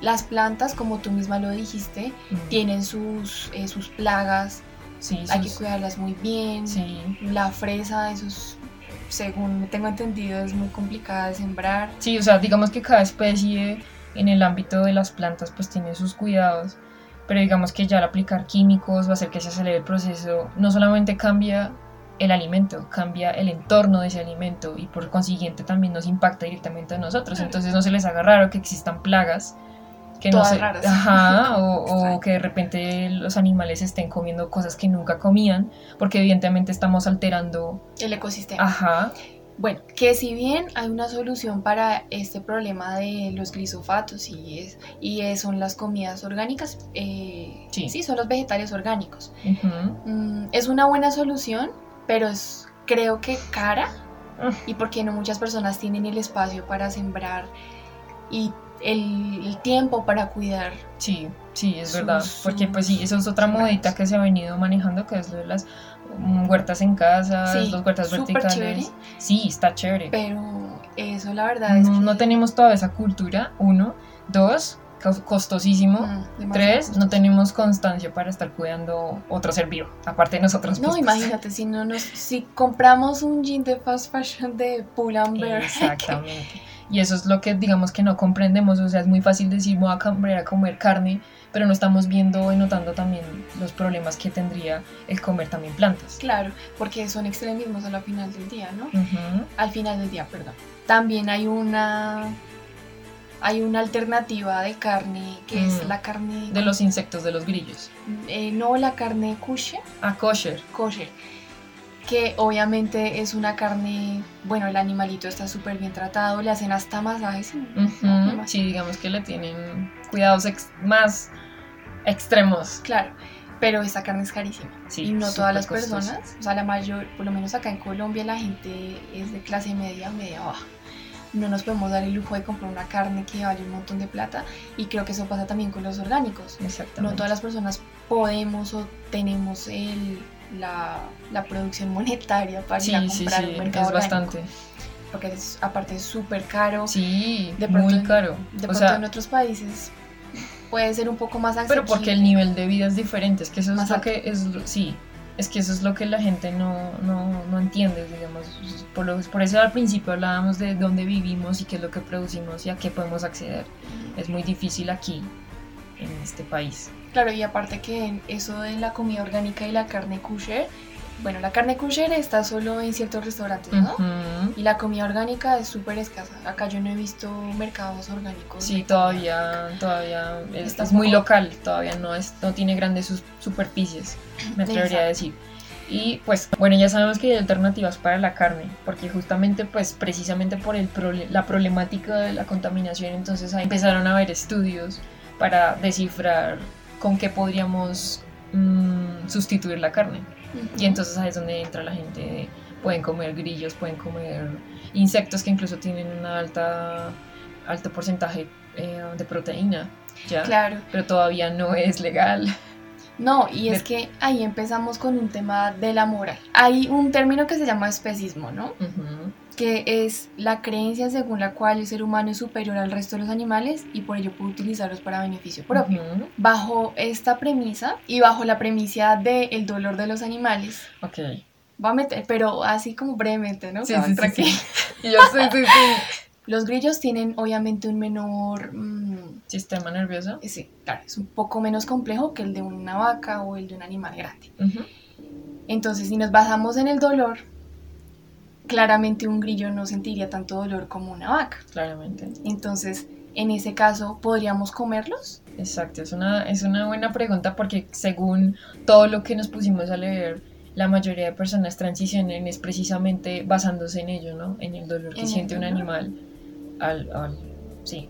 [SPEAKER 2] Las plantas, como tú misma lo dijiste,
[SPEAKER 1] ujú.
[SPEAKER 2] tienen sus, eh, sus plagas,
[SPEAKER 1] sí,
[SPEAKER 2] hay que
[SPEAKER 1] sus-
[SPEAKER 2] cuidarlas muy bien.
[SPEAKER 1] sí
[SPEAKER 2] La fresa, eso es, según tengo entendido, es muy complicada de sembrar.
[SPEAKER 1] Sí, o sea, digamos que cada especie en el ámbito de las plantas pues tiene sus cuidados, pero digamos que ya al aplicar químicos o hacer que se acelere el proceso, no solamente cambia el alimento, cambia el entorno de ese alimento y por consiguiente también nos impacta directamente a nosotros.
[SPEAKER 2] Claro.
[SPEAKER 1] Entonces no se les haga raro que existan plagas. Que
[SPEAKER 2] Todas
[SPEAKER 1] no se,
[SPEAKER 2] raras.
[SPEAKER 1] Ajá, o- o,
[SPEAKER 2] Extraño.
[SPEAKER 1] que de repente los animales estén comiendo cosas que nunca comían, porque evidentemente estamos alterando.
[SPEAKER 2] El ecosistema.
[SPEAKER 1] Ajá,
[SPEAKER 2] Bueno, que si bien hay una solución para este problema de los glisofatos y, es, y es- son las comidas orgánicas, eh, sí.
[SPEAKER 1] Sí.
[SPEAKER 2] son los vegetales orgánicos.
[SPEAKER 1] ujú,
[SPEAKER 2] Mm, es una buena solución, pero es creo que cara
[SPEAKER 1] Ah.
[SPEAKER 2] y porque no muchas personas tienen el espacio para sembrar y el, el tiempo para cuidar.
[SPEAKER 1] Sí, sí, es
[SPEAKER 2] Sus-
[SPEAKER 1] verdad, porque pues sí, eso es otra
[SPEAKER 2] sus
[SPEAKER 1] modita
[SPEAKER 2] granos.
[SPEAKER 1] que se ha venido manejando, que es lo de las mm, huertas en casa,
[SPEAKER 2] Sí,
[SPEAKER 1] las huertas
[SPEAKER 2] súper
[SPEAKER 1] verticales.
[SPEAKER 2] chévere.
[SPEAKER 1] Sí, está chévere.
[SPEAKER 2] Pero eso la verdad es
[SPEAKER 1] No,
[SPEAKER 2] que
[SPEAKER 1] no tenemos toda esa cultura, uno. Dos, cos- costosísimo.
[SPEAKER 2] Mm, demasiado
[SPEAKER 1] Tres,
[SPEAKER 2] costoso.
[SPEAKER 1] no tenemos constancia para estar cuidando otro ser vivo, aparte de nosotros pues.
[SPEAKER 2] No,
[SPEAKER 1] mismos.
[SPEAKER 2] imagínate, si no nos, si compramos un jean de fast fashion de Pull and Bear,
[SPEAKER 1] Exactamente. Y eso es lo que digamos que no comprendemos, o sea, es muy fácil decir voy a comer, a comer carne, pero no estamos viendo y notando también los problemas que tendría el comer también plantas.
[SPEAKER 2] claro, porque son extremismos a la final del día, ¿no?
[SPEAKER 1] Ujú.
[SPEAKER 2] Al final del día, perdón. También hay una hay una alternativa de carne que es
[SPEAKER 1] Mm.
[SPEAKER 2] la carne
[SPEAKER 1] De los insectos, de los grillos.
[SPEAKER 2] eh, no la carne kosher,
[SPEAKER 1] A kosher.
[SPEAKER 2] kosher, que obviamente es una carne, bueno, el animalito está súper bien tratado, le hacen hasta masajes. ¿no?
[SPEAKER 1] Ujú. Sí, digamos que le tienen cuidados ex- más extremos.
[SPEAKER 2] Claro, pero esta carne es carísima.
[SPEAKER 1] Sí,
[SPEAKER 2] y no todas las
[SPEAKER 1] supercostoso.
[SPEAKER 2] personas, o sea, la mayor, por lo menos acá en Colombia, la gente es de clase media o media baja. No nos podemos dar el lujo de comprar una carne que vale un montón de plata y creo que eso pasa también con los orgánicos.
[SPEAKER 1] Exactamente.
[SPEAKER 2] No todas las personas podemos o tenemos el, la, la producción monetaria para ir a
[SPEAKER 1] Sí, sí,
[SPEAKER 2] comprar
[SPEAKER 1] sí,
[SPEAKER 2] un
[SPEAKER 1] es
[SPEAKER 2] mercado orgánico,
[SPEAKER 1] bastante.
[SPEAKER 2] Porque es- aparte es súper caro.
[SPEAKER 1] Sí,
[SPEAKER 2] De pronto
[SPEAKER 1] muy
[SPEAKER 2] en-
[SPEAKER 1] caro.
[SPEAKER 2] De
[SPEAKER 1] o
[SPEAKER 2] pronto
[SPEAKER 1] sea,
[SPEAKER 2] en otros países puede ser un poco más accesible.
[SPEAKER 1] Pero porque el nivel de vida es diferente, es que eso es
[SPEAKER 2] Más
[SPEAKER 1] lo
[SPEAKER 2] alto.
[SPEAKER 1] que es, lo- sí, es que eso es lo que la gente no, no, no entiende, digamos. Por, lo- por eso al principio hablábamos de dónde vivimos y qué es lo que producimos y a qué podemos acceder. Es muy difícil aquí, en este país.
[SPEAKER 2] Claro, y aparte que en eso de la comida orgánica y la carne kosher, bueno, la carne kosher está solo en ciertos restaurantes, ¿no?
[SPEAKER 1] Ujú.
[SPEAKER 2] Y la comida orgánica es súper escasa. Acá yo no he visto mercados orgánicos. de
[SPEAKER 1] Sí,
[SPEAKER 2] comida
[SPEAKER 1] todavía, todavía es,
[SPEAKER 2] Está
[SPEAKER 1] es muy
[SPEAKER 2] poco-
[SPEAKER 1] local, todavía no, es, no tiene grandes sus- superficies, me atrevería a decir. Y pues bueno, ya sabemos que hay alternativas para la carne, porque justamente pues precisamente por el prole- la problemática de la contaminación, entonces ahí empezaron a haber estudios para descifrar con qué podríamos mm, sustituir la carne.
[SPEAKER 2] orgánica.
[SPEAKER 1] Y entonces ahí es donde entra la gente, de- pueden comer grillos, pueden comer insectos que incluso tienen una alta alto porcentaje eh, de proteína, ¿ya?
[SPEAKER 2] Claro.
[SPEAKER 1] Pero todavía no es legal.
[SPEAKER 2] No, y es
[SPEAKER 1] De-
[SPEAKER 2] que ahí empezamos con un tema de la moral. Hay un término que se llama especismo, ¿no?
[SPEAKER 1] Ujú,
[SPEAKER 2] Que es la creencia según la cual el ser humano es superior al resto de los animales y por ello puede utilizarlos para beneficio propio.
[SPEAKER 1] ujú,
[SPEAKER 2] bajo esta premisa y bajo la premisa de el dolor de los animales.
[SPEAKER 1] Ok. Ah,
[SPEAKER 2] Va a meter, pero así como brevemente, ¿no?
[SPEAKER 1] Sí,
[SPEAKER 2] Como
[SPEAKER 1] sí, sí,
[SPEAKER 2] tranqui-
[SPEAKER 1] Y yo sí, sí, sí.
[SPEAKER 2] Los grillos tienen obviamente un menor... mm,
[SPEAKER 1] Sistema nervioso.
[SPEAKER 2] sí, claro, es un poco menos complejo que el de una vaca o el de un animal grande.
[SPEAKER 1] Ujú,
[SPEAKER 2] Entonces, si nos basamos en el dolor, claramente un grillo no sentiría tanto dolor como una vaca.
[SPEAKER 1] Claramente.
[SPEAKER 2] Entonces, en ese caso, ¿podríamos comerlos?
[SPEAKER 1] Exacto. Es una, es una buena pregunta porque según todo lo que nos pusimos a leer, la mayoría de personas transicionan es precisamente basándose en ello, ¿no? En el dolor que
[SPEAKER 2] En el
[SPEAKER 1] siente un
[SPEAKER 2] dolor.
[SPEAKER 1] animal al, al- sí,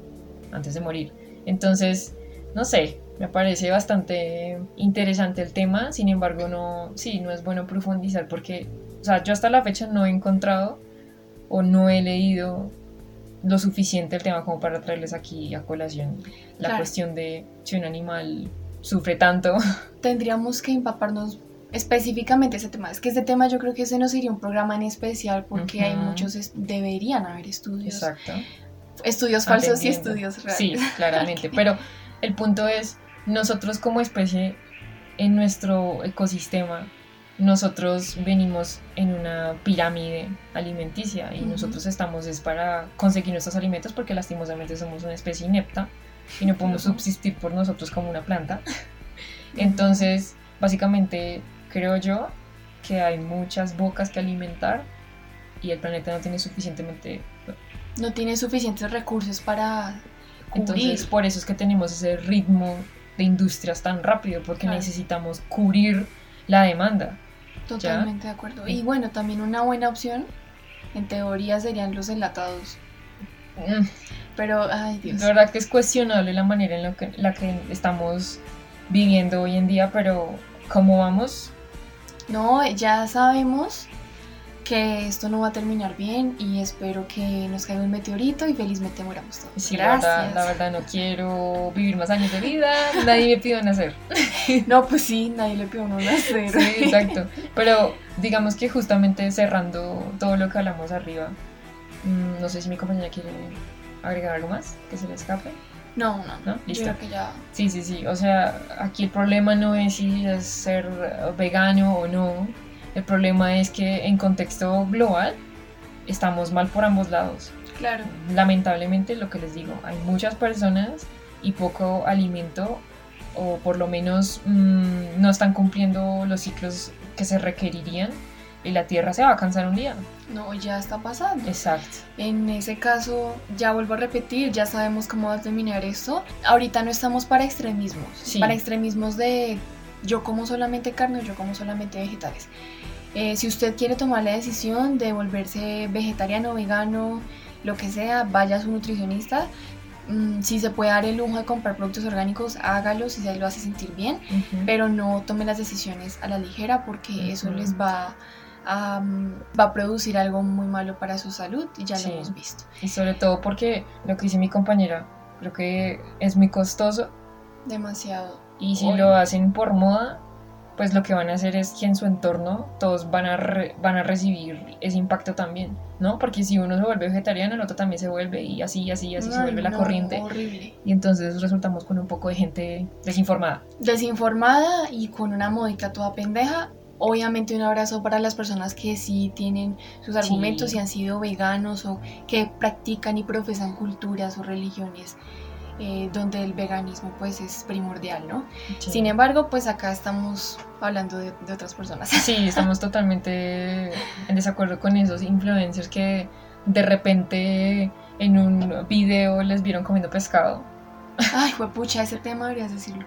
[SPEAKER 1] antes de morir. Entonces, no sé, me parece bastante interesante el tema, sin embargo, no, sí, no es bueno profundizar porque, o sea, yo hasta la fecha no he encontrado o no he leído lo suficiente el tema como para traerles aquí a colación la
[SPEAKER 2] Claro.
[SPEAKER 1] cuestión de si un animal sufre tanto
[SPEAKER 2] tendríamos que empaparnos específicamente ese tema. Es que este tema yo creo que ese no sería un programa en especial porque hay
[SPEAKER 1] Ujú.
[SPEAKER 2] muchos, es- deberían haber estudios,
[SPEAKER 1] Exacto.
[SPEAKER 2] estudios falsos y
[SPEAKER 1] Atendiendo.
[SPEAKER 2] estudios reales.
[SPEAKER 1] Sí, claramente. Pero el punto es, nosotros como especie, en nuestro ecosistema, nosotros venimos en una pirámide alimenticia y
[SPEAKER 2] Ujú.
[SPEAKER 1] nosotros estamos es para conseguir nuestros alimentos porque lastimosamente somos una especie inepta y no podemos
[SPEAKER 2] Ujú.
[SPEAKER 1] subsistir por nosotros como una planta. Entonces, básicamente, creo yo que hay muchas bocas que alimentar y el planeta no tiene suficientemente
[SPEAKER 2] no tiene suficientes recursos para cubrir.
[SPEAKER 1] Entonces, por eso es que tenemos ese ritmo de industrias tan rápido, porque
[SPEAKER 2] Claro.
[SPEAKER 1] necesitamos cubrir la demanda.
[SPEAKER 2] totalmente de acuerdo. Y bueno, también una buena opción en teoría serían los enlatados.
[SPEAKER 1] Mm,
[SPEAKER 2] Pero, ay Dios.
[SPEAKER 1] La verdad que es cuestionable la manera en la que, la que estamos viviendo hoy en día, pero ¿cómo vamos?
[SPEAKER 2] No, ya sabemos que esto no va a terminar bien y espero que nos caiga un meteorito y felizmente moramos todos.
[SPEAKER 1] Sí, la verdad, la verdad no quiero vivir más años de vida, nadie me pidió nacer.
[SPEAKER 2] No, pues sí, nadie le pidió no nacer.
[SPEAKER 1] Sí, exacto. Pero digamos que justamente cerrando todo lo que hablamos arriba, mm, no sé si mi compañera quiere agregar algo más que se le escape.
[SPEAKER 2] No, no,
[SPEAKER 1] ¿No?
[SPEAKER 2] Yo
[SPEAKER 1] Listo.
[SPEAKER 2] creo que ya.
[SPEAKER 1] Sí, sí, sí. O sea, aquí el problema no es si es ser vegano o no. El problema es que en contexto global estamos mal por ambos lados.
[SPEAKER 2] Claro.
[SPEAKER 1] Lamentablemente, lo que les digo, hay muchas personas y poco alimento o por lo menos mm, no están cumpliendo los ciclos que se requerirían y la tierra se va a cansar un día.
[SPEAKER 2] No, ya está pasando.
[SPEAKER 1] Exacto.
[SPEAKER 2] En ese caso, ya vuelvo a repetir, ya sabemos cómo va a terminar esto. Ahorita no estamos para extremismos,
[SPEAKER 1] Sí.
[SPEAKER 2] para extremismos de yo como solamente carne o yo como solamente vegetales. Eh, si usted quiere tomar la decisión de volverse vegetariano, vegano, lo que sea, vaya a su nutricionista. Mm, si se puede dar el lujo de comprar productos orgánicos, hágalo si se lo hace sentir bien
[SPEAKER 1] Ujú.
[SPEAKER 2] pero no tome las decisiones a la ligera porque eso
[SPEAKER 1] Ujú.
[SPEAKER 2] les va a, um, va a producir algo muy malo para su salud y ya
[SPEAKER 1] Sí.
[SPEAKER 2] lo hemos visto.
[SPEAKER 1] Y sobre todo porque lo que dice mi compañera, creo que es muy costoso
[SPEAKER 2] Demasiado.
[SPEAKER 1] Y si
[SPEAKER 2] Bueno.
[SPEAKER 1] lo hacen por moda, pues lo que van a hacer es que en su entorno todos van a, re- van a recibir ese impacto también, ¿no? Porque si uno se vuelve vegetariano, el otro también se vuelve y así, y así, y así se
[SPEAKER 2] Ay,
[SPEAKER 1] vuelve la
[SPEAKER 2] no,
[SPEAKER 1] corriente.
[SPEAKER 2] Horrible.
[SPEAKER 1] Y entonces resultamos con un poco de gente desinformada.
[SPEAKER 2] Desinformada y con una modita toda pendeja. Obviamente un abrazo para las personas que sí tienen sus argumentos
[SPEAKER 1] Sí.
[SPEAKER 2] y han sido veganos o que practican y profesan culturas o religiones eh, donde el veganismo pues es primordial, ¿no? Sin
[SPEAKER 1] em-
[SPEAKER 2] embargo, pues acá estamos hablando de- de otras personas.
[SPEAKER 1] Sí, estamos totalmente en desacuerdo con esos influencers que de repente en un video les vieron comiendo pescado.
[SPEAKER 2] Ay, pucha, ese tema deberías decirlo.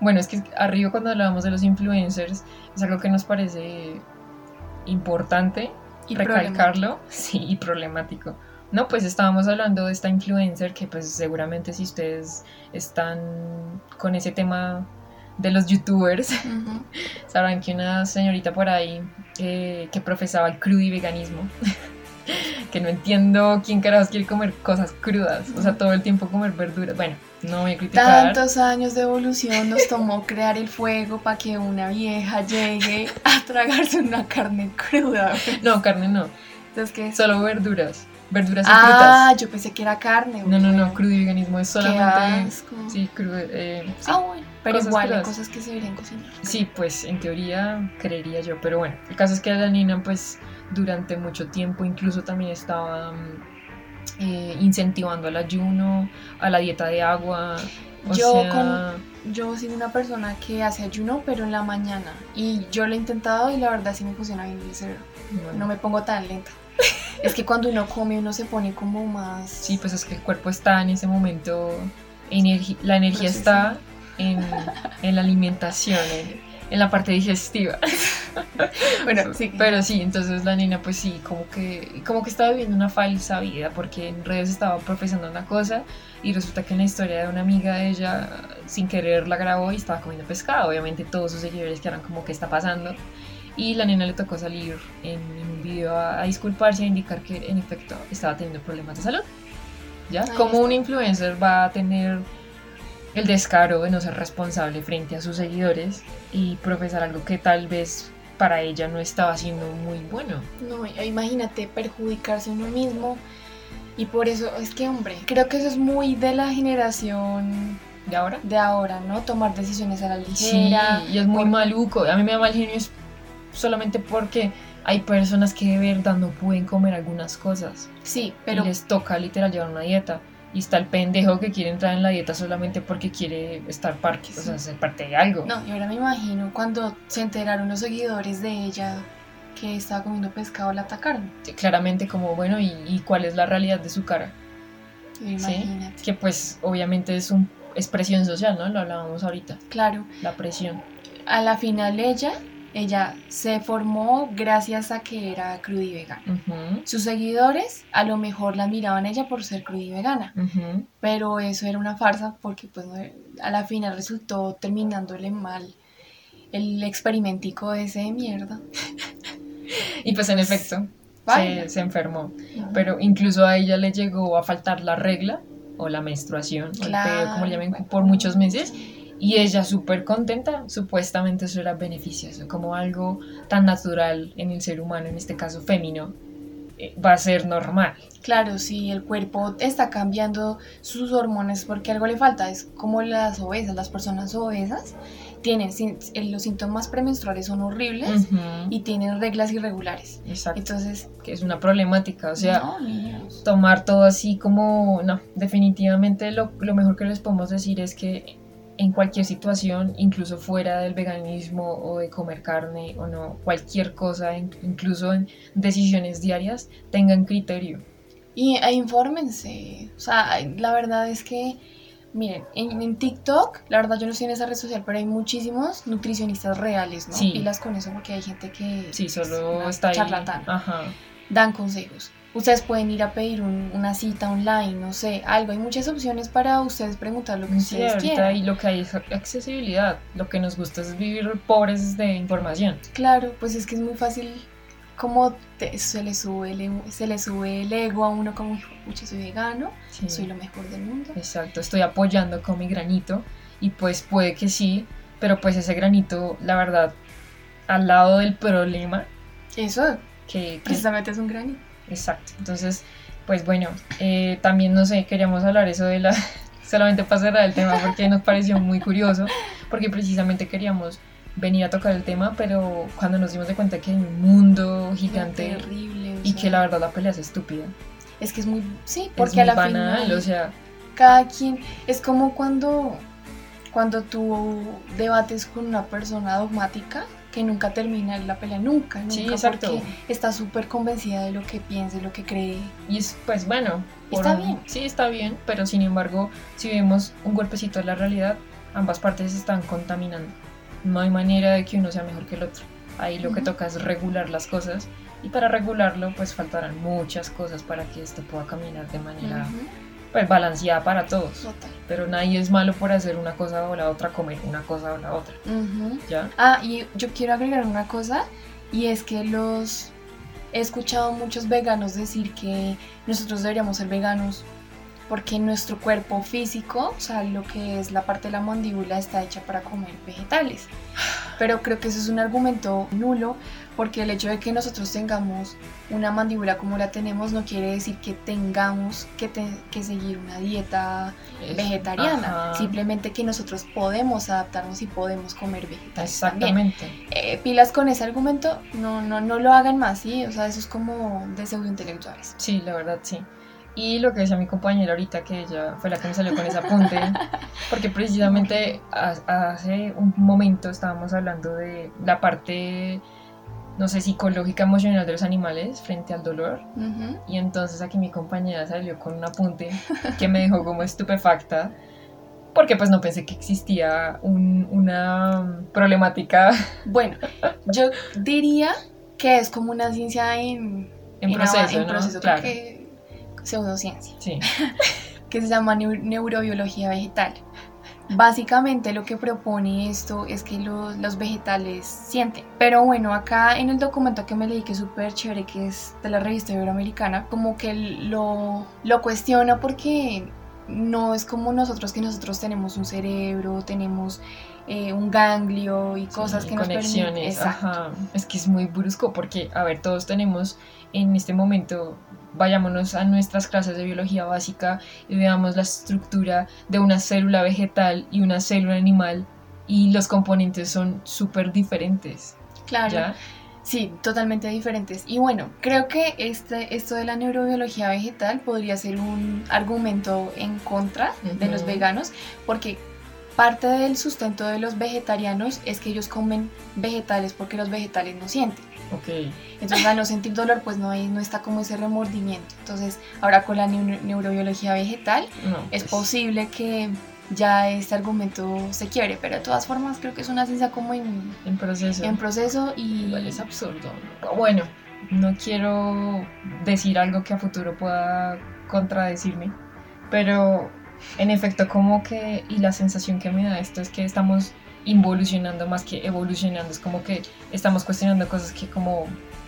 [SPEAKER 1] Bueno, es que arriba cuando hablábamos de los influencers, es algo que nos parece importante
[SPEAKER 2] Y
[SPEAKER 1] recalcarlo, sí, y problemático. No, pues estábamos hablando de esta influencer que pues seguramente si ustedes están con ese tema de los youtubers,
[SPEAKER 2] problema. Ujú.
[SPEAKER 1] sabrán que una señorita por ahí eh, que profesaba el crudo y veganismo, que no entiendo quién carajos quiere comer cosas crudas, o sea, todo el tiempo comer verduras. Bueno, no voy a criticar.
[SPEAKER 2] Tantos años de evolución nos tomó crear el fuego para que una vieja llegue a tragarse una carne cruda. güey.
[SPEAKER 1] No, carne no,
[SPEAKER 2] Entonces, ¿qué es?
[SPEAKER 1] solo verduras, verduras y
[SPEAKER 2] Ah, yo pensé que era carne.
[SPEAKER 1] frutas. No, no, no,
[SPEAKER 2] güey.
[SPEAKER 1] crudo y veganismo es
[SPEAKER 2] Qué
[SPEAKER 1] solamente...
[SPEAKER 2] asco.
[SPEAKER 1] Sí, crudo, eh, sí.
[SPEAKER 2] Ah, bueno. Pero
[SPEAKER 1] cosas
[SPEAKER 2] igual, hay
[SPEAKER 1] crudas.
[SPEAKER 2] cosas que se deberían cocinar.
[SPEAKER 1] Sí, pues en teoría creería yo, pero bueno, el caso es que la nina pues durante mucho tiempo incluso también estaba mm, eh, incentivando al ayuno, a la dieta de agua, o
[SPEAKER 2] Yo
[SPEAKER 1] sea,
[SPEAKER 2] Yo soy una persona que hace ayuno, pero en la mañana. Y yo lo he intentado y la verdad sí me funciona bien el cerebro.
[SPEAKER 1] bueno,
[SPEAKER 2] No me pongo tan lenta. es que cuando uno come, uno se pone como más.
[SPEAKER 1] sí, pues es que el cuerpo está en ese momento, energi- la energía está en, en la alimentación, en, en la parte digestiva.
[SPEAKER 2] Bueno, sí.
[SPEAKER 1] Pero sí, entonces la nena pues sí, como que, como que estaba viviendo una falsa vida porque en redes estaba profesando una cosa y resulta que en la historia de una amiga de ella sin querer la grabó y estaba comiendo pescado. Obviamente todos sus seguidores quedaron como que está pasando. Y la nena le tocó salir en, en un video a, a disculparse, a indicar que en efecto estaba teniendo problemas de salud. ¿Ya?
[SPEAKER 2] Ahí
[SPEAKER 1] Como
[SPEAKER 2] está.
[SPEAKER 1] un influencer va a tener el descaro de no ser responsable frente a sus seguidores y profesar algo que tal vez para ella no estaba siendo muy bueno.
[SPEAKER 2] No, imagínate perjudicarse uno mismo. Y por eso, es que hombre, creo que eso es muy de la generación
[SPEAKER 1] ¿De ahora?
[SPEAKER 2] de ahora, ¿no? Tomar decisiones a la
[SPEAKER 1] Sí,
[SPEAKER 2] ligera.
[SPEAKER 1] y es muy
[SPEAKER 2] por-
[SPEAKER 1] maluco. A mí me da mal genio es solamente porque hay personas que de verdad no pueden comer algunas cosas.
[SPEAKER 2] Sí, pero
[SPEAKER 1] Y les toca literal llevar una dieta. Y está el pendejo que quiere entrar en la dieta solamente porque quiere estar parte, o sea, ser parte de algo.
[SPEAKER 2] no, y ahora me imagino cuando se enteraron los seguidores de ella que estaba comiendo pescado, la atacaron.
[SPEAKER 1] Claramente como, bueno, ¿y, y cuál es la realidad de su cara?
[SPEAKER 2] Imagínate.
[SPEAKER 1] Que pues obviamente es, un, es presión social, ¿no? Lo hablábamos ahorita,
[SPEAKER 2] Claro,
[SPEAKER 1] la presión.
[SPEAKER 2] a la final ella, ella se formó gracias a que era cruda y vegana.
[SPEAKER 1] Ujú,
[SPEAKER 2] Sus seguidores a lo mejor la miraban a ella por ser cruda y vegana.
[SPEAKER 1] ujú.
[SPEAKER 2] pero eso era una farsa porque pues no- a la final resultó terminándole mal el experimentico ese de mierda.
[SPEAKER 1] Y pues en efecto,
[SPEAKER 2] Vaya.
[SPEAKER 1] se, se enfermó. Pero incluso a ella le llegó a faltar la regla o la menstruación, o el
[SPEAKER 2] Claro,
[SPEAKER 1] periodo, como le llamen,
[SPEAKER 2] bueno.
[SPEAKER 1] por muchos meses. Y ella súper contenta, supuestamente eso era beneficioso, como algo tan natural en el ser humano, en este caso femenino, eh, va a ser normal.
[SPEAKER 2] Claro, sí, el cuerpo está cambiando sus hormonas porque algo le falta. Es como las obesas, las personas obesas tienen sin- los síntomas premenstruales son horribles
[SPEAKER 1] Ujú,
[SPEAKER 2] y tienen reglas irregulares.
[SPEAKER 1] Exacto.
[SPEAKER 2] Entonces,
[SPEAKER 1] que es una problemática, o sea,
[SPEAKER 2] no, niños.
[SPEAKER 1] tomar todo así como, no, definitivamente lo, lo mejor que les podemos decir es que en cualquier situación, incluso fuera del veganismo o de comer carne o no, cualquier cosa, in- incluso en decisiones diarias, tengan criterio.
[SPEAKER 2] Y e, infórmense. O sea, la verdad es que, miren, en, en TikTok, la verdad yo no estoy en esa red social, pero hay muchísimos nutricionistas reales, ¿no?
[SPEAKER 1] Sí.
[SPEAKER 2] Y las con eso porque hay gente que
[SPEAKER 1] Sí, solo
[SPEAKER 2] una
[SPEAKER 1] está ahí.
[SPEAKER 2] charlatana.
[SPEAKER 1] Ajá.
[SPEAKER 2] dan consejos. Ustedes pueden ir a pedir un- una cita online, no sé, algo. Hay muchas opciones para ustedes preguntar lo que
[SPEAKER 1] Sí,
[SPEAKER 2] ustedes
[SPEAKER 1] ahorita
[SPEAKER 2] quieran.
[SPEAKER 1] y lo que hay es accesibilidad. Lo que nos gusta es vivir pobres de información.
[SPEAKER 2] Claro, pues es que es muy fácil como te- se, le sube el, ego- se le sube el ego a uno como, pucha, soy vegano,
[SPEAKER 1] Sí.
[SPEAKER 2] soy lo mejor del mundo.
[SPEAKER 1] Exacto, estoy apoyando con mi granito y pues puede que sí, pero pues ese granito, la verdad, al lado del problema
[SPEAKER 2] Eso
[SPEAKER 1] que... que-
[SPEAKER 2] precisamente es un granito.
[SPEAKER 1] exacto, entonces, pues bueno, eh, también no sé, queríamos hablar eso de la... Solamente para cerrar el tema porque nos pareció muy curioso, porque precisamente queríamos venir a tocar el tema, pero cuando nos dimos de cuenta que hay un mundo gigante
[SPEAKER 2] Terrible. o
[SPEAKER 1] y
[SPEAKER 2] sea,
[SPEAKER 1] que la verdad la pelea es estúpida,
[SPEAKER 2] Es que es muy... Sí,
[SPEAKER 1] es
[SPEAKER 2] porque a
[SPEAKER 1] muy
[SPEAKER 2] la
[SPEAKER 1] banal,
[SPEAKER 2] final...
[SPEAKER 1] o sea,
[SPEAKER 2] cada quien es como cuando cuando tú debates con una persona dogmática que nunca termina la pelea nunca nunca
[SPEAKER 1] Sí, exacto.
[SPEAKER 2] porque está súper convencida de lo que piensa de lo que cree
[SPEAKER 1] Y es, pues bueno.
[SPEAKER 2] Está bien.
[SPEAKER 1] Sí, está bien, pero sin embargo, si vemos un golpecito de la realidad, ambas partes se están contaminando. No hay manera de que uno sea mejor que el otro. Ahí lo que
[SPEAKER 2] Ujú.
[SPEAKER 1] toca es regular las cosas y para regularlo pues faltarán muchas cosas para que esto pueda caminar de manera
[SPEAKER 2] Ujú,
[SPEAKER 1] pues balanceada para todos.
[SPEAKER 2] total.
[SPEAKER 1] Pero nadie es malo por hacer una cosa o la otra, comer una cosa o la otra,
[SPEAKER 2] Ujú.
[SPEAKER 1] ¿ya?
[SPEAKER 2] ah y yo quiero agregar una cosa y es que los he escuchado muchos veganos decir que nosotros deberíamos ser veganos porque nuestro cuerpo físico, o sea, lo que es la parte de la mandíbula está hecha para comer vegetales. Pero creo que eso es un argumento nulo porque el hecho de que nosotros tengamos una mandíbula como la tenemos no quiere decir que tengamos que, te- que seguir una dieta
[SPEAKER 1] Es-
[SPEAKER 2] vegetariana.
[SPEAKER 1] ajá,
[SPEAKER 2] Simplemente que nosotros podemos adaptarnos y podemos comer vegetales. también
[SPEAKER 1] Exactamente.
[SPEAKER 2] eh, pilas con ese argumento, no, no, no lo hagan más, ¿sí? O sea, eso es como de pseudointelectuales.
[SPEAKER 1] Sí, la verdad, sí. Y lo que decía mi compañera ahorita, que ella fue la que me salió con ese apunte, porque precisamente ha- hace un momento estábamos hablando de la parte, no sé, psicológica, emocional de los animales frente al dolor.
[SPEAKER 2] Ujú.
[SPEAKER 1] Y entonces aquí mi compañera salió con un apunte que me dejó como estupefacta, porque pues no pensé que existía un- una problemática
[SPEAKER 2] Bueno, yo diría que es como una ciencia en,
[SPEAKER 1] en
[SPEAKER 2] en ava-
[SPEAKER 1] proceso,
[SPEAKER 2] en
[SPEAKER 1] ¿no?
[SPEAKER 2] proceso, creo
[SPEAKER 1] claro.
[SPEAKER 2] que pseudociencia,
[SPEAKER 1] Sí,
[SPEAKER 2] que se llama neu- neurobiología vegetal. Básicamente lo que propone esto es que los, los vegetales sienten. Pero bueno, acá en el documento que me leí, que es súper chévere, que es de la revista iberoamericana, como que lo, lo cuestiona porque no es como nosotros, que nosotros tenemos un cerebro, tenemos eh, un ganglio y cosas
[SPEAKER 1] Sí,
[SPEAKER 2] que nos permiten.
[SPEAKER 1] conexiones,
[SPEAKER 2] Exacto.
[SPEAKER 1] ajá. Es que es muy brusco porque, a ver, todos tenemos en este momento, vayámonos a nuestras clases de biología básica y veamos la estructura de una célula vegetal y una célula animal y los componentes son súper diferentes,
[SPEAKER 2] Claro.
[SPEAKER 1] ¿ya?
[SPEAKER 2] Sí, totalmente diferentes. Y bueno, creo que este, esto de la neurobiología vegetal podría ser un argumento en contra de los
[SPEAKER 1] Ujú.
[SPEAKER 2] veganos, porque parte del sustento de los vegetarianos es que ellos comen vegetales porque los vegetales no sienten.
[SPEAKER 1] Ok,
[SPEAKER 2] Entonces, al no sentir dolor, pues no, hay, no está como ese remordimiento. Entonces, ahora con la neu- neurobiología vegetal,
[SPEAKER 1] no. pues,
[SPEAKER 2] es posible que ya este argumento se quiebre, pero de todas formas, creo que es una ciencia como en,
[SPEAKER 1] En proceso.
[SPEAKER 2] en proceso y.
[SPEAKER 1] Igual es absurdo. ¿no? Bueno, no quiero decir algo que a futuro pueda contradecirme, pero en efecto como que, y la sensación que me da esto es que estamos involucionando más que evolucionando, es como que estamos cuestionando cosas que como,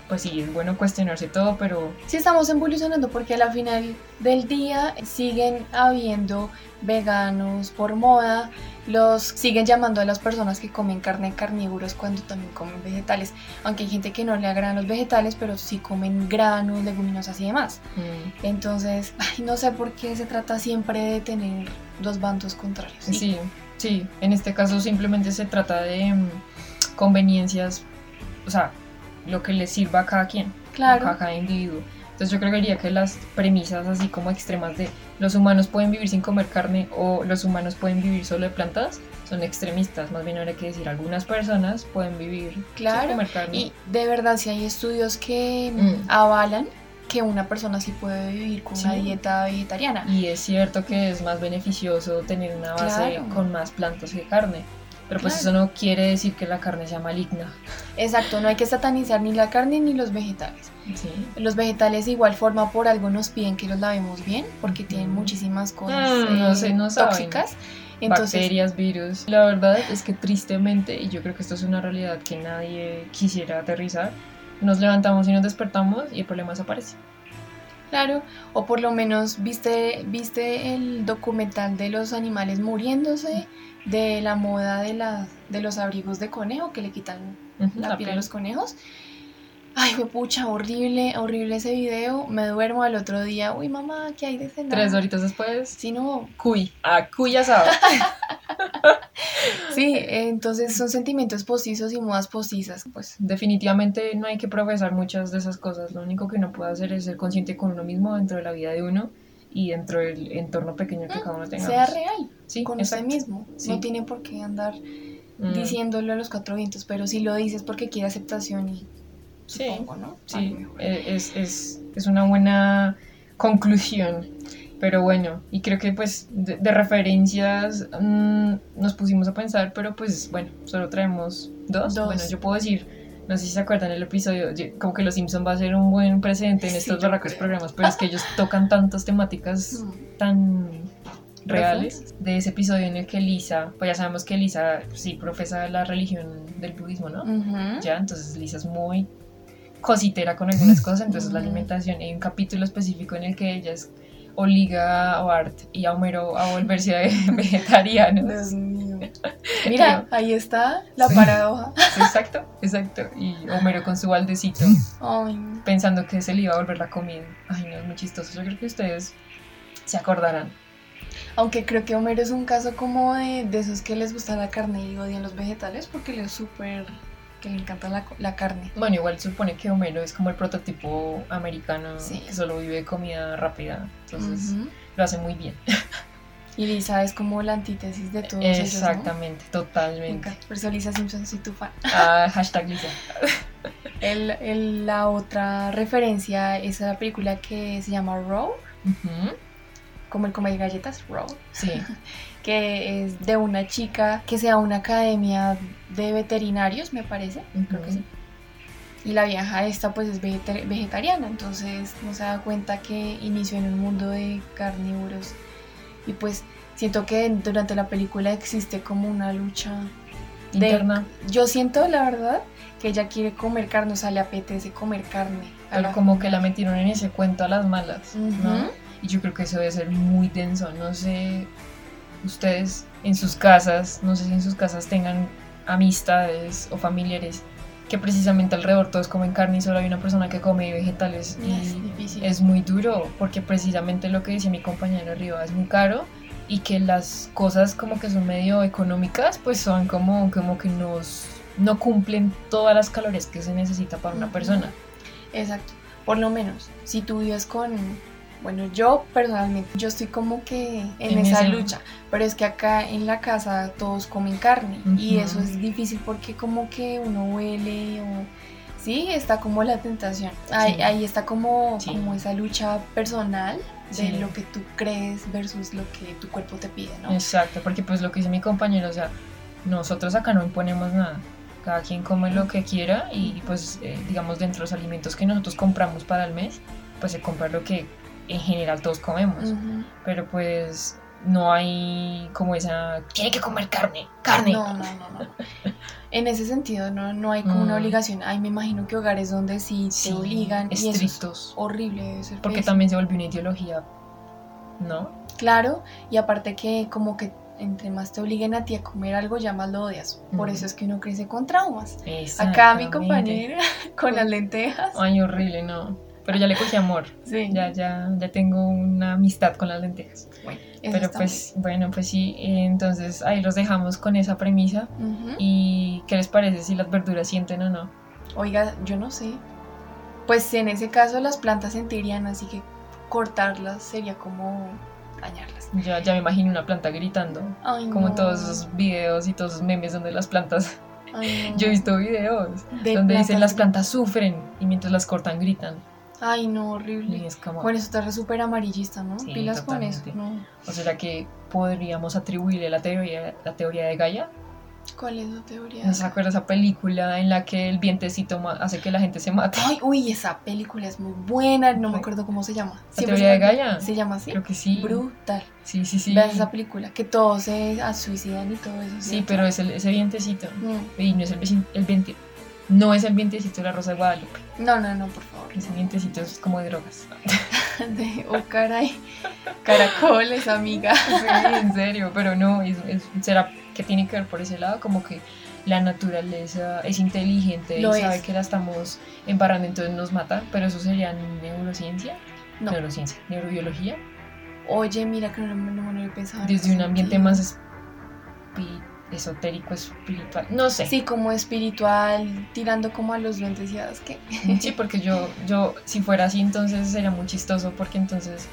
[SPEAKER 1] pues sí, es bueno cuestionarse todo, pero
[SPEAKER 2] Sí estamos evolucionando porque a la final del día siguen habiendo veganos por moda, Los siguen llamando a las personas que comen carne carnívoros cuando también comen vegetales. Aunque hay gente que no le agradan los vegetales, pero sí comen granos, leguminosas y demás.
[SPEAKER 1] Mm.
[SPEAKER 2] Entonces, ay, no sé por qué se trata siempre de tener dos bandos contrarios.
[SPEAKER 1] Sí. sí, En este caso simplemente se trata de mm, conveniencias, o sea, lo que le sirva a cada quien, a
[SPEAKER 2] claro.
[SPEAKER 1] cada individuo. Entonces yo creería que las premisas así como extremas de los humanos pueden vivir sin comer carne o los humanos pueden vivir solo de plantas son extremistas. Más bien habría que decir algunas personas pueden vivir sin
[SPEAKER 2] Claro,
[SPEAKER 1] comer carne.
[SPEAKER 2] Y de verdad, si hay estudios que
[SPEAKER 1] Mm.
[SPEAKER 2] avalan que una persona sí puede vivir con una
[SPEAKER 1] Sí.
[SPEAKER 2] dieta vegetariana.
[SPEAKER 1] Y es cierto que es más beneficioso tener una base
[SPEAKER 2] Claro.
[SPEAKER 1] con más plantas que carne. Pero pues
[SPEAKER 2] Claro.
[SPEAKER 1] eso no quiere decir que la carne sea maligna.
[SPEAKER 2] Exacto, no hay que satanizar ni la carne ni los vegetales.
[SPEAKER 1] Sí.
[SPEAKER 2] Los vegetales de igual forma por algo nos piden que los lavemos bien porque tienen
[SPEAKER 1] Mm.
[SPEAKER 2] muchísimas cosas
[SPEAKER 1] Mm, no
[SPEAKER 2] eh,
[SPEAKER 1] sé, no saben.
[SPEAKER 2] tóxicas. Entonces,
[SPEAKER 1] Bacterias, virus. La verdad es que tristemente, y yo creo que esto es una realidad que nadie quisiera aterrizar, nos levantamos y nos despertamos y el problema desaparece.
[SPEAKER 2] claro, o por lo menos viste, viste el documental de los animales muriéndose, de la moda de, la, de los abrigos de conejo que le quitan
[SPEAKER 1] Ujú,
[SPEAKER 2] la
[SPEAKER 1] la
[SPEAKER 2] piel a
[SPEAKER 1] piel.
[SPEAKER 2] los conejos. Ay, fue pucha, horrible, horrible ese video. Me duermo al otro día. Uy, mamá, ¿qué hay de cenar?
[SPEAKER 1] Tres horitas después,
[SPEAKER 2] Sí, no.
[SPEAKER 1] cuy. A cuy asado.
[SPEAKER 2] Sí, eh, entonces son sentimientos postizos y modas postizas, pues.
[SPEAKER 1] Definitivamente no hay que profesar muchas de esas cosas. Lo único que no puede hacer es ser consciente con uno mismo dentro de la vida de uno y dentro del entorno pequeño que
[SPEAKER 2] Mm,
[SPEAKER 1] cada uno tenga.
[SPEAKER 2] Sea real
[SPEAKER 1] Sí,
[SPEAKER 2] con
[SPEAKER 1] exacto.
[SPEAKER 2] usted mismo.
[SPEAKER 1] Sí.
[SPEAKER 2] No tiene por qué andar
[SPEAKER 1] Mm,
[SPEAKER 2] diciéndolo a los cuatro vientos, pero si lo dices porque quiere aceptación y
[SPEAKER 1] Sí,
[SPEAKER 2] supongo, ¿no? Ay,
[SPEAKER 1] sí,
[SPEAKER 2] mejor.
[SPEAKER 1] eh, es, es, es una buena conclusión. Pero bueno, y creo que pues de, de referencias mm, nos pusimos a pensar, pero pues bueno, solo traemos dos.
[SPEAKER 2] Dos.
[SPEAKER 1] Bueno, yo puedo decir, no sé si se acuerdan el episodio, yo- como que Los Simpson va a ser un buen precedente en
[SPEAKER 2] Sí,
[SPEAKER 1] estos
[SPEAKER 2] yo
[SPEAKER 1] barracos
[SPEAKER 2] creo.
[SPEAKER 1] programas, pero es que ellos tocan tantas temáticas
[SPEAKER 2] Mm,
[SPEAKER 1] tan reales de ese episodio en el que Lisa, pues ya sabemos que Lisa sí profesa la religión del budismo, ¿no?
[SPEAKER 2] ujú.
[SPEAKER 1] ¿ya? Entonces Lisa es muy cositera con algunas cosas, entonces la
[SPEAKER 2] Ujú.
[SPEAKER 1] alimentación, hay un capítulo específico en el que ella es- obliga a Bart y a Homero a volverse ve- vegetarianos.
[SPEAKER 2] Dios mío. Mira, ahí está la
[SPEAKER 1] Sí.
[SPEAKER 2] paradoja.
[SPEAKER 1] Exacto, exacto. Y Homero con su baldecito,
[SPEAKER 2] Ay, no.
[SPEAKER 1] pensando que se le iba a volver la comida. Ay, no, es muy chistoso. Yo creo que ustedes se acordarán.
[SPEAKER 2] Aunque creo que Homero es un caso como de, de esos que les gusta la carne y odian los vegetales porque les súper que le encanta la, co- la carne.
[SPEAKER 1] Bueno, igual supone que Homero es como el prototipo americano
[SPEAKER 2] Sí.
[SPEAKER 1] que solo vive comida rápida, entonces
[SPEAKER 2] Ujú.
[SPEAKER 1] lo hace muy bien. y
[SPEAKER 2] Lisa es como la antítesis de todos ellos, ¿no?
[SPEAKER 1] Exactamente,
[SPEAKER 2] Me
[SPEAKER 1] totalmente.
[SPEAKER 2] encanta. Por eso Lisa Simpson soy tu fan.
[SPEAKER 1] Ah, hashtag Lisa.
[SPEAKER 2] El- el- la otra referencia es la película que se llama Raw,
[SPEAKER 1] Ujú,
[SPEAKER 2] como el comer galletas, Raw,
[SPEAKER 1] Sí,
[SPEAKER 2] que es de una chica que se va a una academia de veterinarios, me parece.
[SPEAKER 1] creo que sí.
[SPEAKER 2] Y la vieja esta pues es vegeta- vegetariana, entonces no se da cuenta que inició en un mundo de carnívoros. Y pues siento que durante la película existe como una lucha. De-
[SPEAKER 1] Interna,
[SPEAKER 2] Yo siento la verdad que ella quiere comer carne, o sea, le apetece comer carne. a
[SPEAKER 1] pero
[SPEAKER 2] la-
[SPEAKER 1] como que la metieron en ese cuento a las malas, ¿no?
[SPEAKER 2] Ujú.
[SPEAKER 1] Y yo creo que eso debe ser muy denso. No sé, ustedes en sus casas, no sé si en sus casas tengan amistades o familiares que precisamente alrededor todos comen carne y solo hay una persona que come vegetales.
[SPEAKER 2] Y Es
[SPEAKER 1] y
[SPEAKER 2] difícil.
[SPEAKER 1] es muy duro, porque precisamente lo que decía mi compañero arriba es muy caro y que las cosas como que son medio económicas, pues son como, como que nos, no cumplen todas las calorías que se necesita para una
[SPEAKER 2] Ujú.
[SPEAKER 1] persona.
[SPEAKER 2] Exacto. Por lo menos, si tú vives con. Bueno, yo personalmente, yo estoy como que en,
[SPEAKER 1] En
[SPEAKER 2] esa
[SPEAKER 1] ese-
[SPEAKER 2] lucha, pero es que acá en la casa todos comen carne y
[SPEAKER 1] Ujú.
[SPEAKER 2] eso es difícil porque como que uno huele o... Sí, está como la tentación, ahí,
[SPEAKER 1] Sí.
[SPEAKER 2] ahí está como,
[SPEAKER 1] Sí.
[SPEAKER 2] como esa lucha personal de
[SPEAKER 1] Sí.
[SPEAKER 2] lo que tú crees versus lo que tu cuerpo te pide, ¿no?
[SPEAKER 1] Exacto, porque pues lo que dice mi compañero, o sea, nosotros acá no imponemos nada. Cada quien come lo que quiera y pues eh, digamos dentro de los alimentos que nosotros compramos para el mes, pues se compra lo que en general todos comemos.
[SPEAKER 2] Ujú.
[SPEAKER 1] Pero pues no hay como esa... Tiene que comer carne, carne.
[SPEAKER 2] No, no, no, no. En ese sentido, no, no hay como una
[SPEAKER 1] Mm.
[SPEAKER 2] obligación. Ay, me imagino que hogares donde sí,
[SPEAKER 1] Sí,
[SPEAKER 2] te obligan y eso es
[SPEAKER 1] estrictos.
[SPEAKER 2] horrible. debe ser pues,
[SPEAKER 1] porque
[SPEAKER 2] pésimo.
[SPEAKER 1] también se volvió una ideología, ¿no?
[SPEAKER 2] Claro, y aparte que como que entre más te obliguen a ti a comer algo, ya más lo odias. Por
[SPEAKER 1] Ujú.
[SPEAKER 2] eso es que uno crece con traumas.
[SPEAKER 1] Exactamente.
[SPEAKER 2] Acá mi compañera con las lentejas.
[SPEAKER 1] Ay, horrible, no. Pero ya le cogí amor.
[SPEAKER 2] Sí,
[SPEAKER 1] Ya, ya, ya tengo una amistad con las lentejas.
[SPEAKER 2] eso
[SPEAKER 1] Pero
[SPEAKER 2] está
[SPEAKER 1] pues, bueno, pues sí. eh, Entonces ahí los dejamos con esa premisa.
[SPEAKER 2] mal. Ujú.
[SPEAKER 1] ¿Y qué les parece si las verduras sienten o no?
[SPEAKER 2] Oiga, yo no sé. Pues en ese caso las plantas sentirían, así que cortarlas sería como dañarlas.
[SPEAKER 1] Ya, ya me imagino una planta gritando.
[SPEAKER 2] Ay,
[SPEAKER 1] Como
[SPEAKER 2] no.
[SPEAKER 1] todos esos videos y todos esos memes donde las plantas.
[SPEAKER 2] Ay, no.
[SPEAKER 1] Yo he visto videos
[SPEAKER 2] De
[SPEAKER 1] donde dicen las
[SPEAKER 2] plantas-
[SPEAKER 1] plantas sufren y mientras las cortan gritan.
[SPEAKER 2] Ay, no, horrible.
[SPEAKER 1] Y es como.
[SPEAKER 2] Bueno, eso está re súper amarillista, ¿no?
[SPEAKER 1] Sí,
[SPEAKER 2] Pilas con eso.
[SPEAKER 1] totalmente.
[SPEAKER 2] No.
[SPEAKER 1] O sea que podríamos atribuirle la teoría, la teoría de Gaia.
[SPEAKER 2] ¿Cuál es la teoría?
[SPEAKER 1] ¿No se acuerda esa película en la que el vientecito ma- hace que la gente se mate?
[SPEAKER 2] Ay, uy, esa película es muy buena. No me
[SPEAKER 1] Ay.
[SPEAKER 2] acuerdo cómo se llama.
[SPEAKER 1] ¿La teoría
[SPEAKER 2] Siempre se me
[SPEAKER 1] de
[SPEAKER 2] olvida.
[SPEAKER 1] Gaia?
[SPEAKER 2] Se llama así.
[SPEAKER 1] Creo que sí.
[SPEAKER 2] Brutal.
[SPEAKER 1] Sí, sí, sí.
[SPEAKER 2] Veas esa película. Que todos se ah, suicidan y todo eso.
[SPEAKER 1] Sí,
[SPEAKER 2] ¿cierto?
[SPEAKER 1] pero es el- ese vientecito.
[SPEAKER 2] Mm.
[SPEAKER 1] Y no es el, vecin- el viente- No es el vientecito de la Rosa de Guadalupe.
[SPEAKER 2] No, no, no, por favor.
[SPEAKER 1] Ese vientecito es como de drogas.
[SPEAKER 2] De- oh, caray. Caracoles, amiga.
[SPEAKER 1] Sí, en serio, pero no, es- es- será que tiene que ver por ese lado, como que la naturaleza es inteligente
[SPEAKER 2] Lo
[SPEAKER 1] y sabe
[SPEAKER 2] es.
[SPEAKER 1] que la estamos embarrando, entonces nos mata, pero eso sería neurociencia,
[SPEAKER 2] No.
[SPEAKER 1] neurociencia, neurobiología,
[SPEAKER 2] Oye, mira que no, no, no, lo he pensado. en
[SPEAKER 1] desde
[SPEAKER 2] ese
[SPEAKER 1] un ambiente
[SPEAKER 2] sentido.
[SPEAKER 1] más espi- esotérico, espiritual, no sé.
[SPEAKER 2] Sí, como espiritual, tirando como a los duendes y a las que.
[SPEAKER 1] Sí, porque yo, yo, si fuera así, entonces sería muy chistoso, porque entonces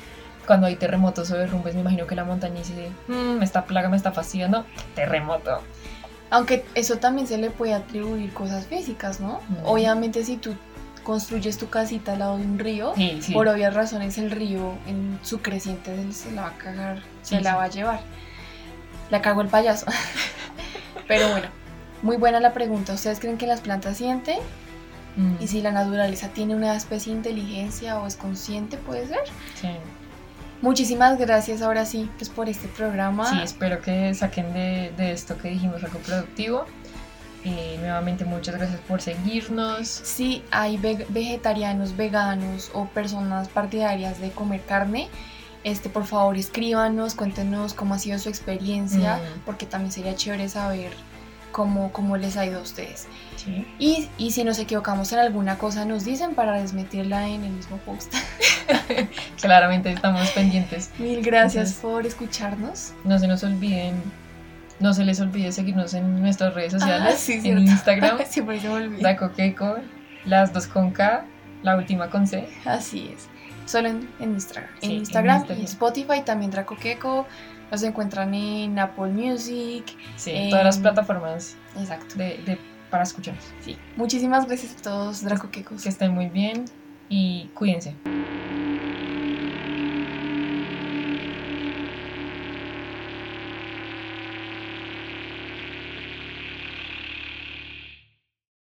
[SPEAKER 1] cuando hay terremotos o derrumbes, me imagino que la montaña dice, "Mm, esta plaga me está fastidiando, terremoto.
[SPEAKER 2] Aunque eso también se le puede atribuir cosas físicas, ¿no?
[SPEAKER 1] Ujú.
[SPEAKER 2] Obviamente si tú construyes tu casita al lado de un río,
[SPEAKER 1] Sí, sí.
[SPEAKER 2] por obvias razones el río en su creciente se- se la va a cagar, se
[SPEAKER 1] Sí,
[SPEAKER 2] la
[SPEAKER 1] sí.
[SPEAKER 2] va a llevar. La cagó el payaso. Pero bueno, muy buena la pregunta. ¿Ustedes creen que las plantas sienten?
[SPEAKER 1] Mm,
[SPEAKER 2] ¿Y si la naturaleza tiene una especie de inteligencia o es consciente, puede ser?
[SPEAKER 1] sí.
[SPEAKER 2] Muchísimas gracias ahora sí, pues por este programa.
[SPEAKER 1] Sí, espero que saquen de, de esto que dijimos algo productivo. Eh, nuevamente muchas gracias por seguirnos.
[SPEAKER 2] Si hay ve- vegetarianos, veganos o personas partidarias de comer carne, este, por favor escríbanos, cuéntenos cómo ha sido su experiencia,
[SPEAKER 1] Mm.
[SPEAKER 2] porque también sería chévere saber cómo, cómo les ha ido a ustedes.
[SPEAKER 1] Sí.
[SPEAKER 2] Y, y si nos equivocamos en alguna cosa, nos dicen para desmentirla en el mismo post.
[SPEAKER 1] Claramente estamos pendientes.
[SPEAKER 2] Mil gracias
[SPEAKER 1] Entonces-
[SPEAKER 2] por escucharnos.
[SPEAKER 1] No se nos olviden, no se les olvide seguirnos en nuestras redes sociales,
[SPEAKER 2] Ah, sí,
[SPEAKER 1] en
[SPEAKER 2] cierto.
[SPEAKER 1] Instagram,
[SPEAKER 2] Siempre se me olvida.
[SPEAKER 1] Daco Keiko, las dos con K, la última con C.
[SPEAKER 2] Así es. Solo en, en Instagram.
[SPEAKER 1] Sí,
[SPEAKER 2] en
[SPEAKER 1] en
[SPEAKER 2] Instagram,
[SPEAKER 1] Instagram.
[SPEAKER 2] y Spotify, también Dracoqueco. Nos encuentran en Apple Music.
[SPEAKER 1] Sí,
[SPEAKER 2] Eh,
[SPEAKER 1] todas las plataformas
[SPEAKER 2] Exacto.
[SPEAKER 1] de, de- para escucharnos.
[SPEAKER 2] Sí. Muchísimas gracias a todos, Dracoquecos.
[SPEAKER 1] Que estén muy bien y cuídense.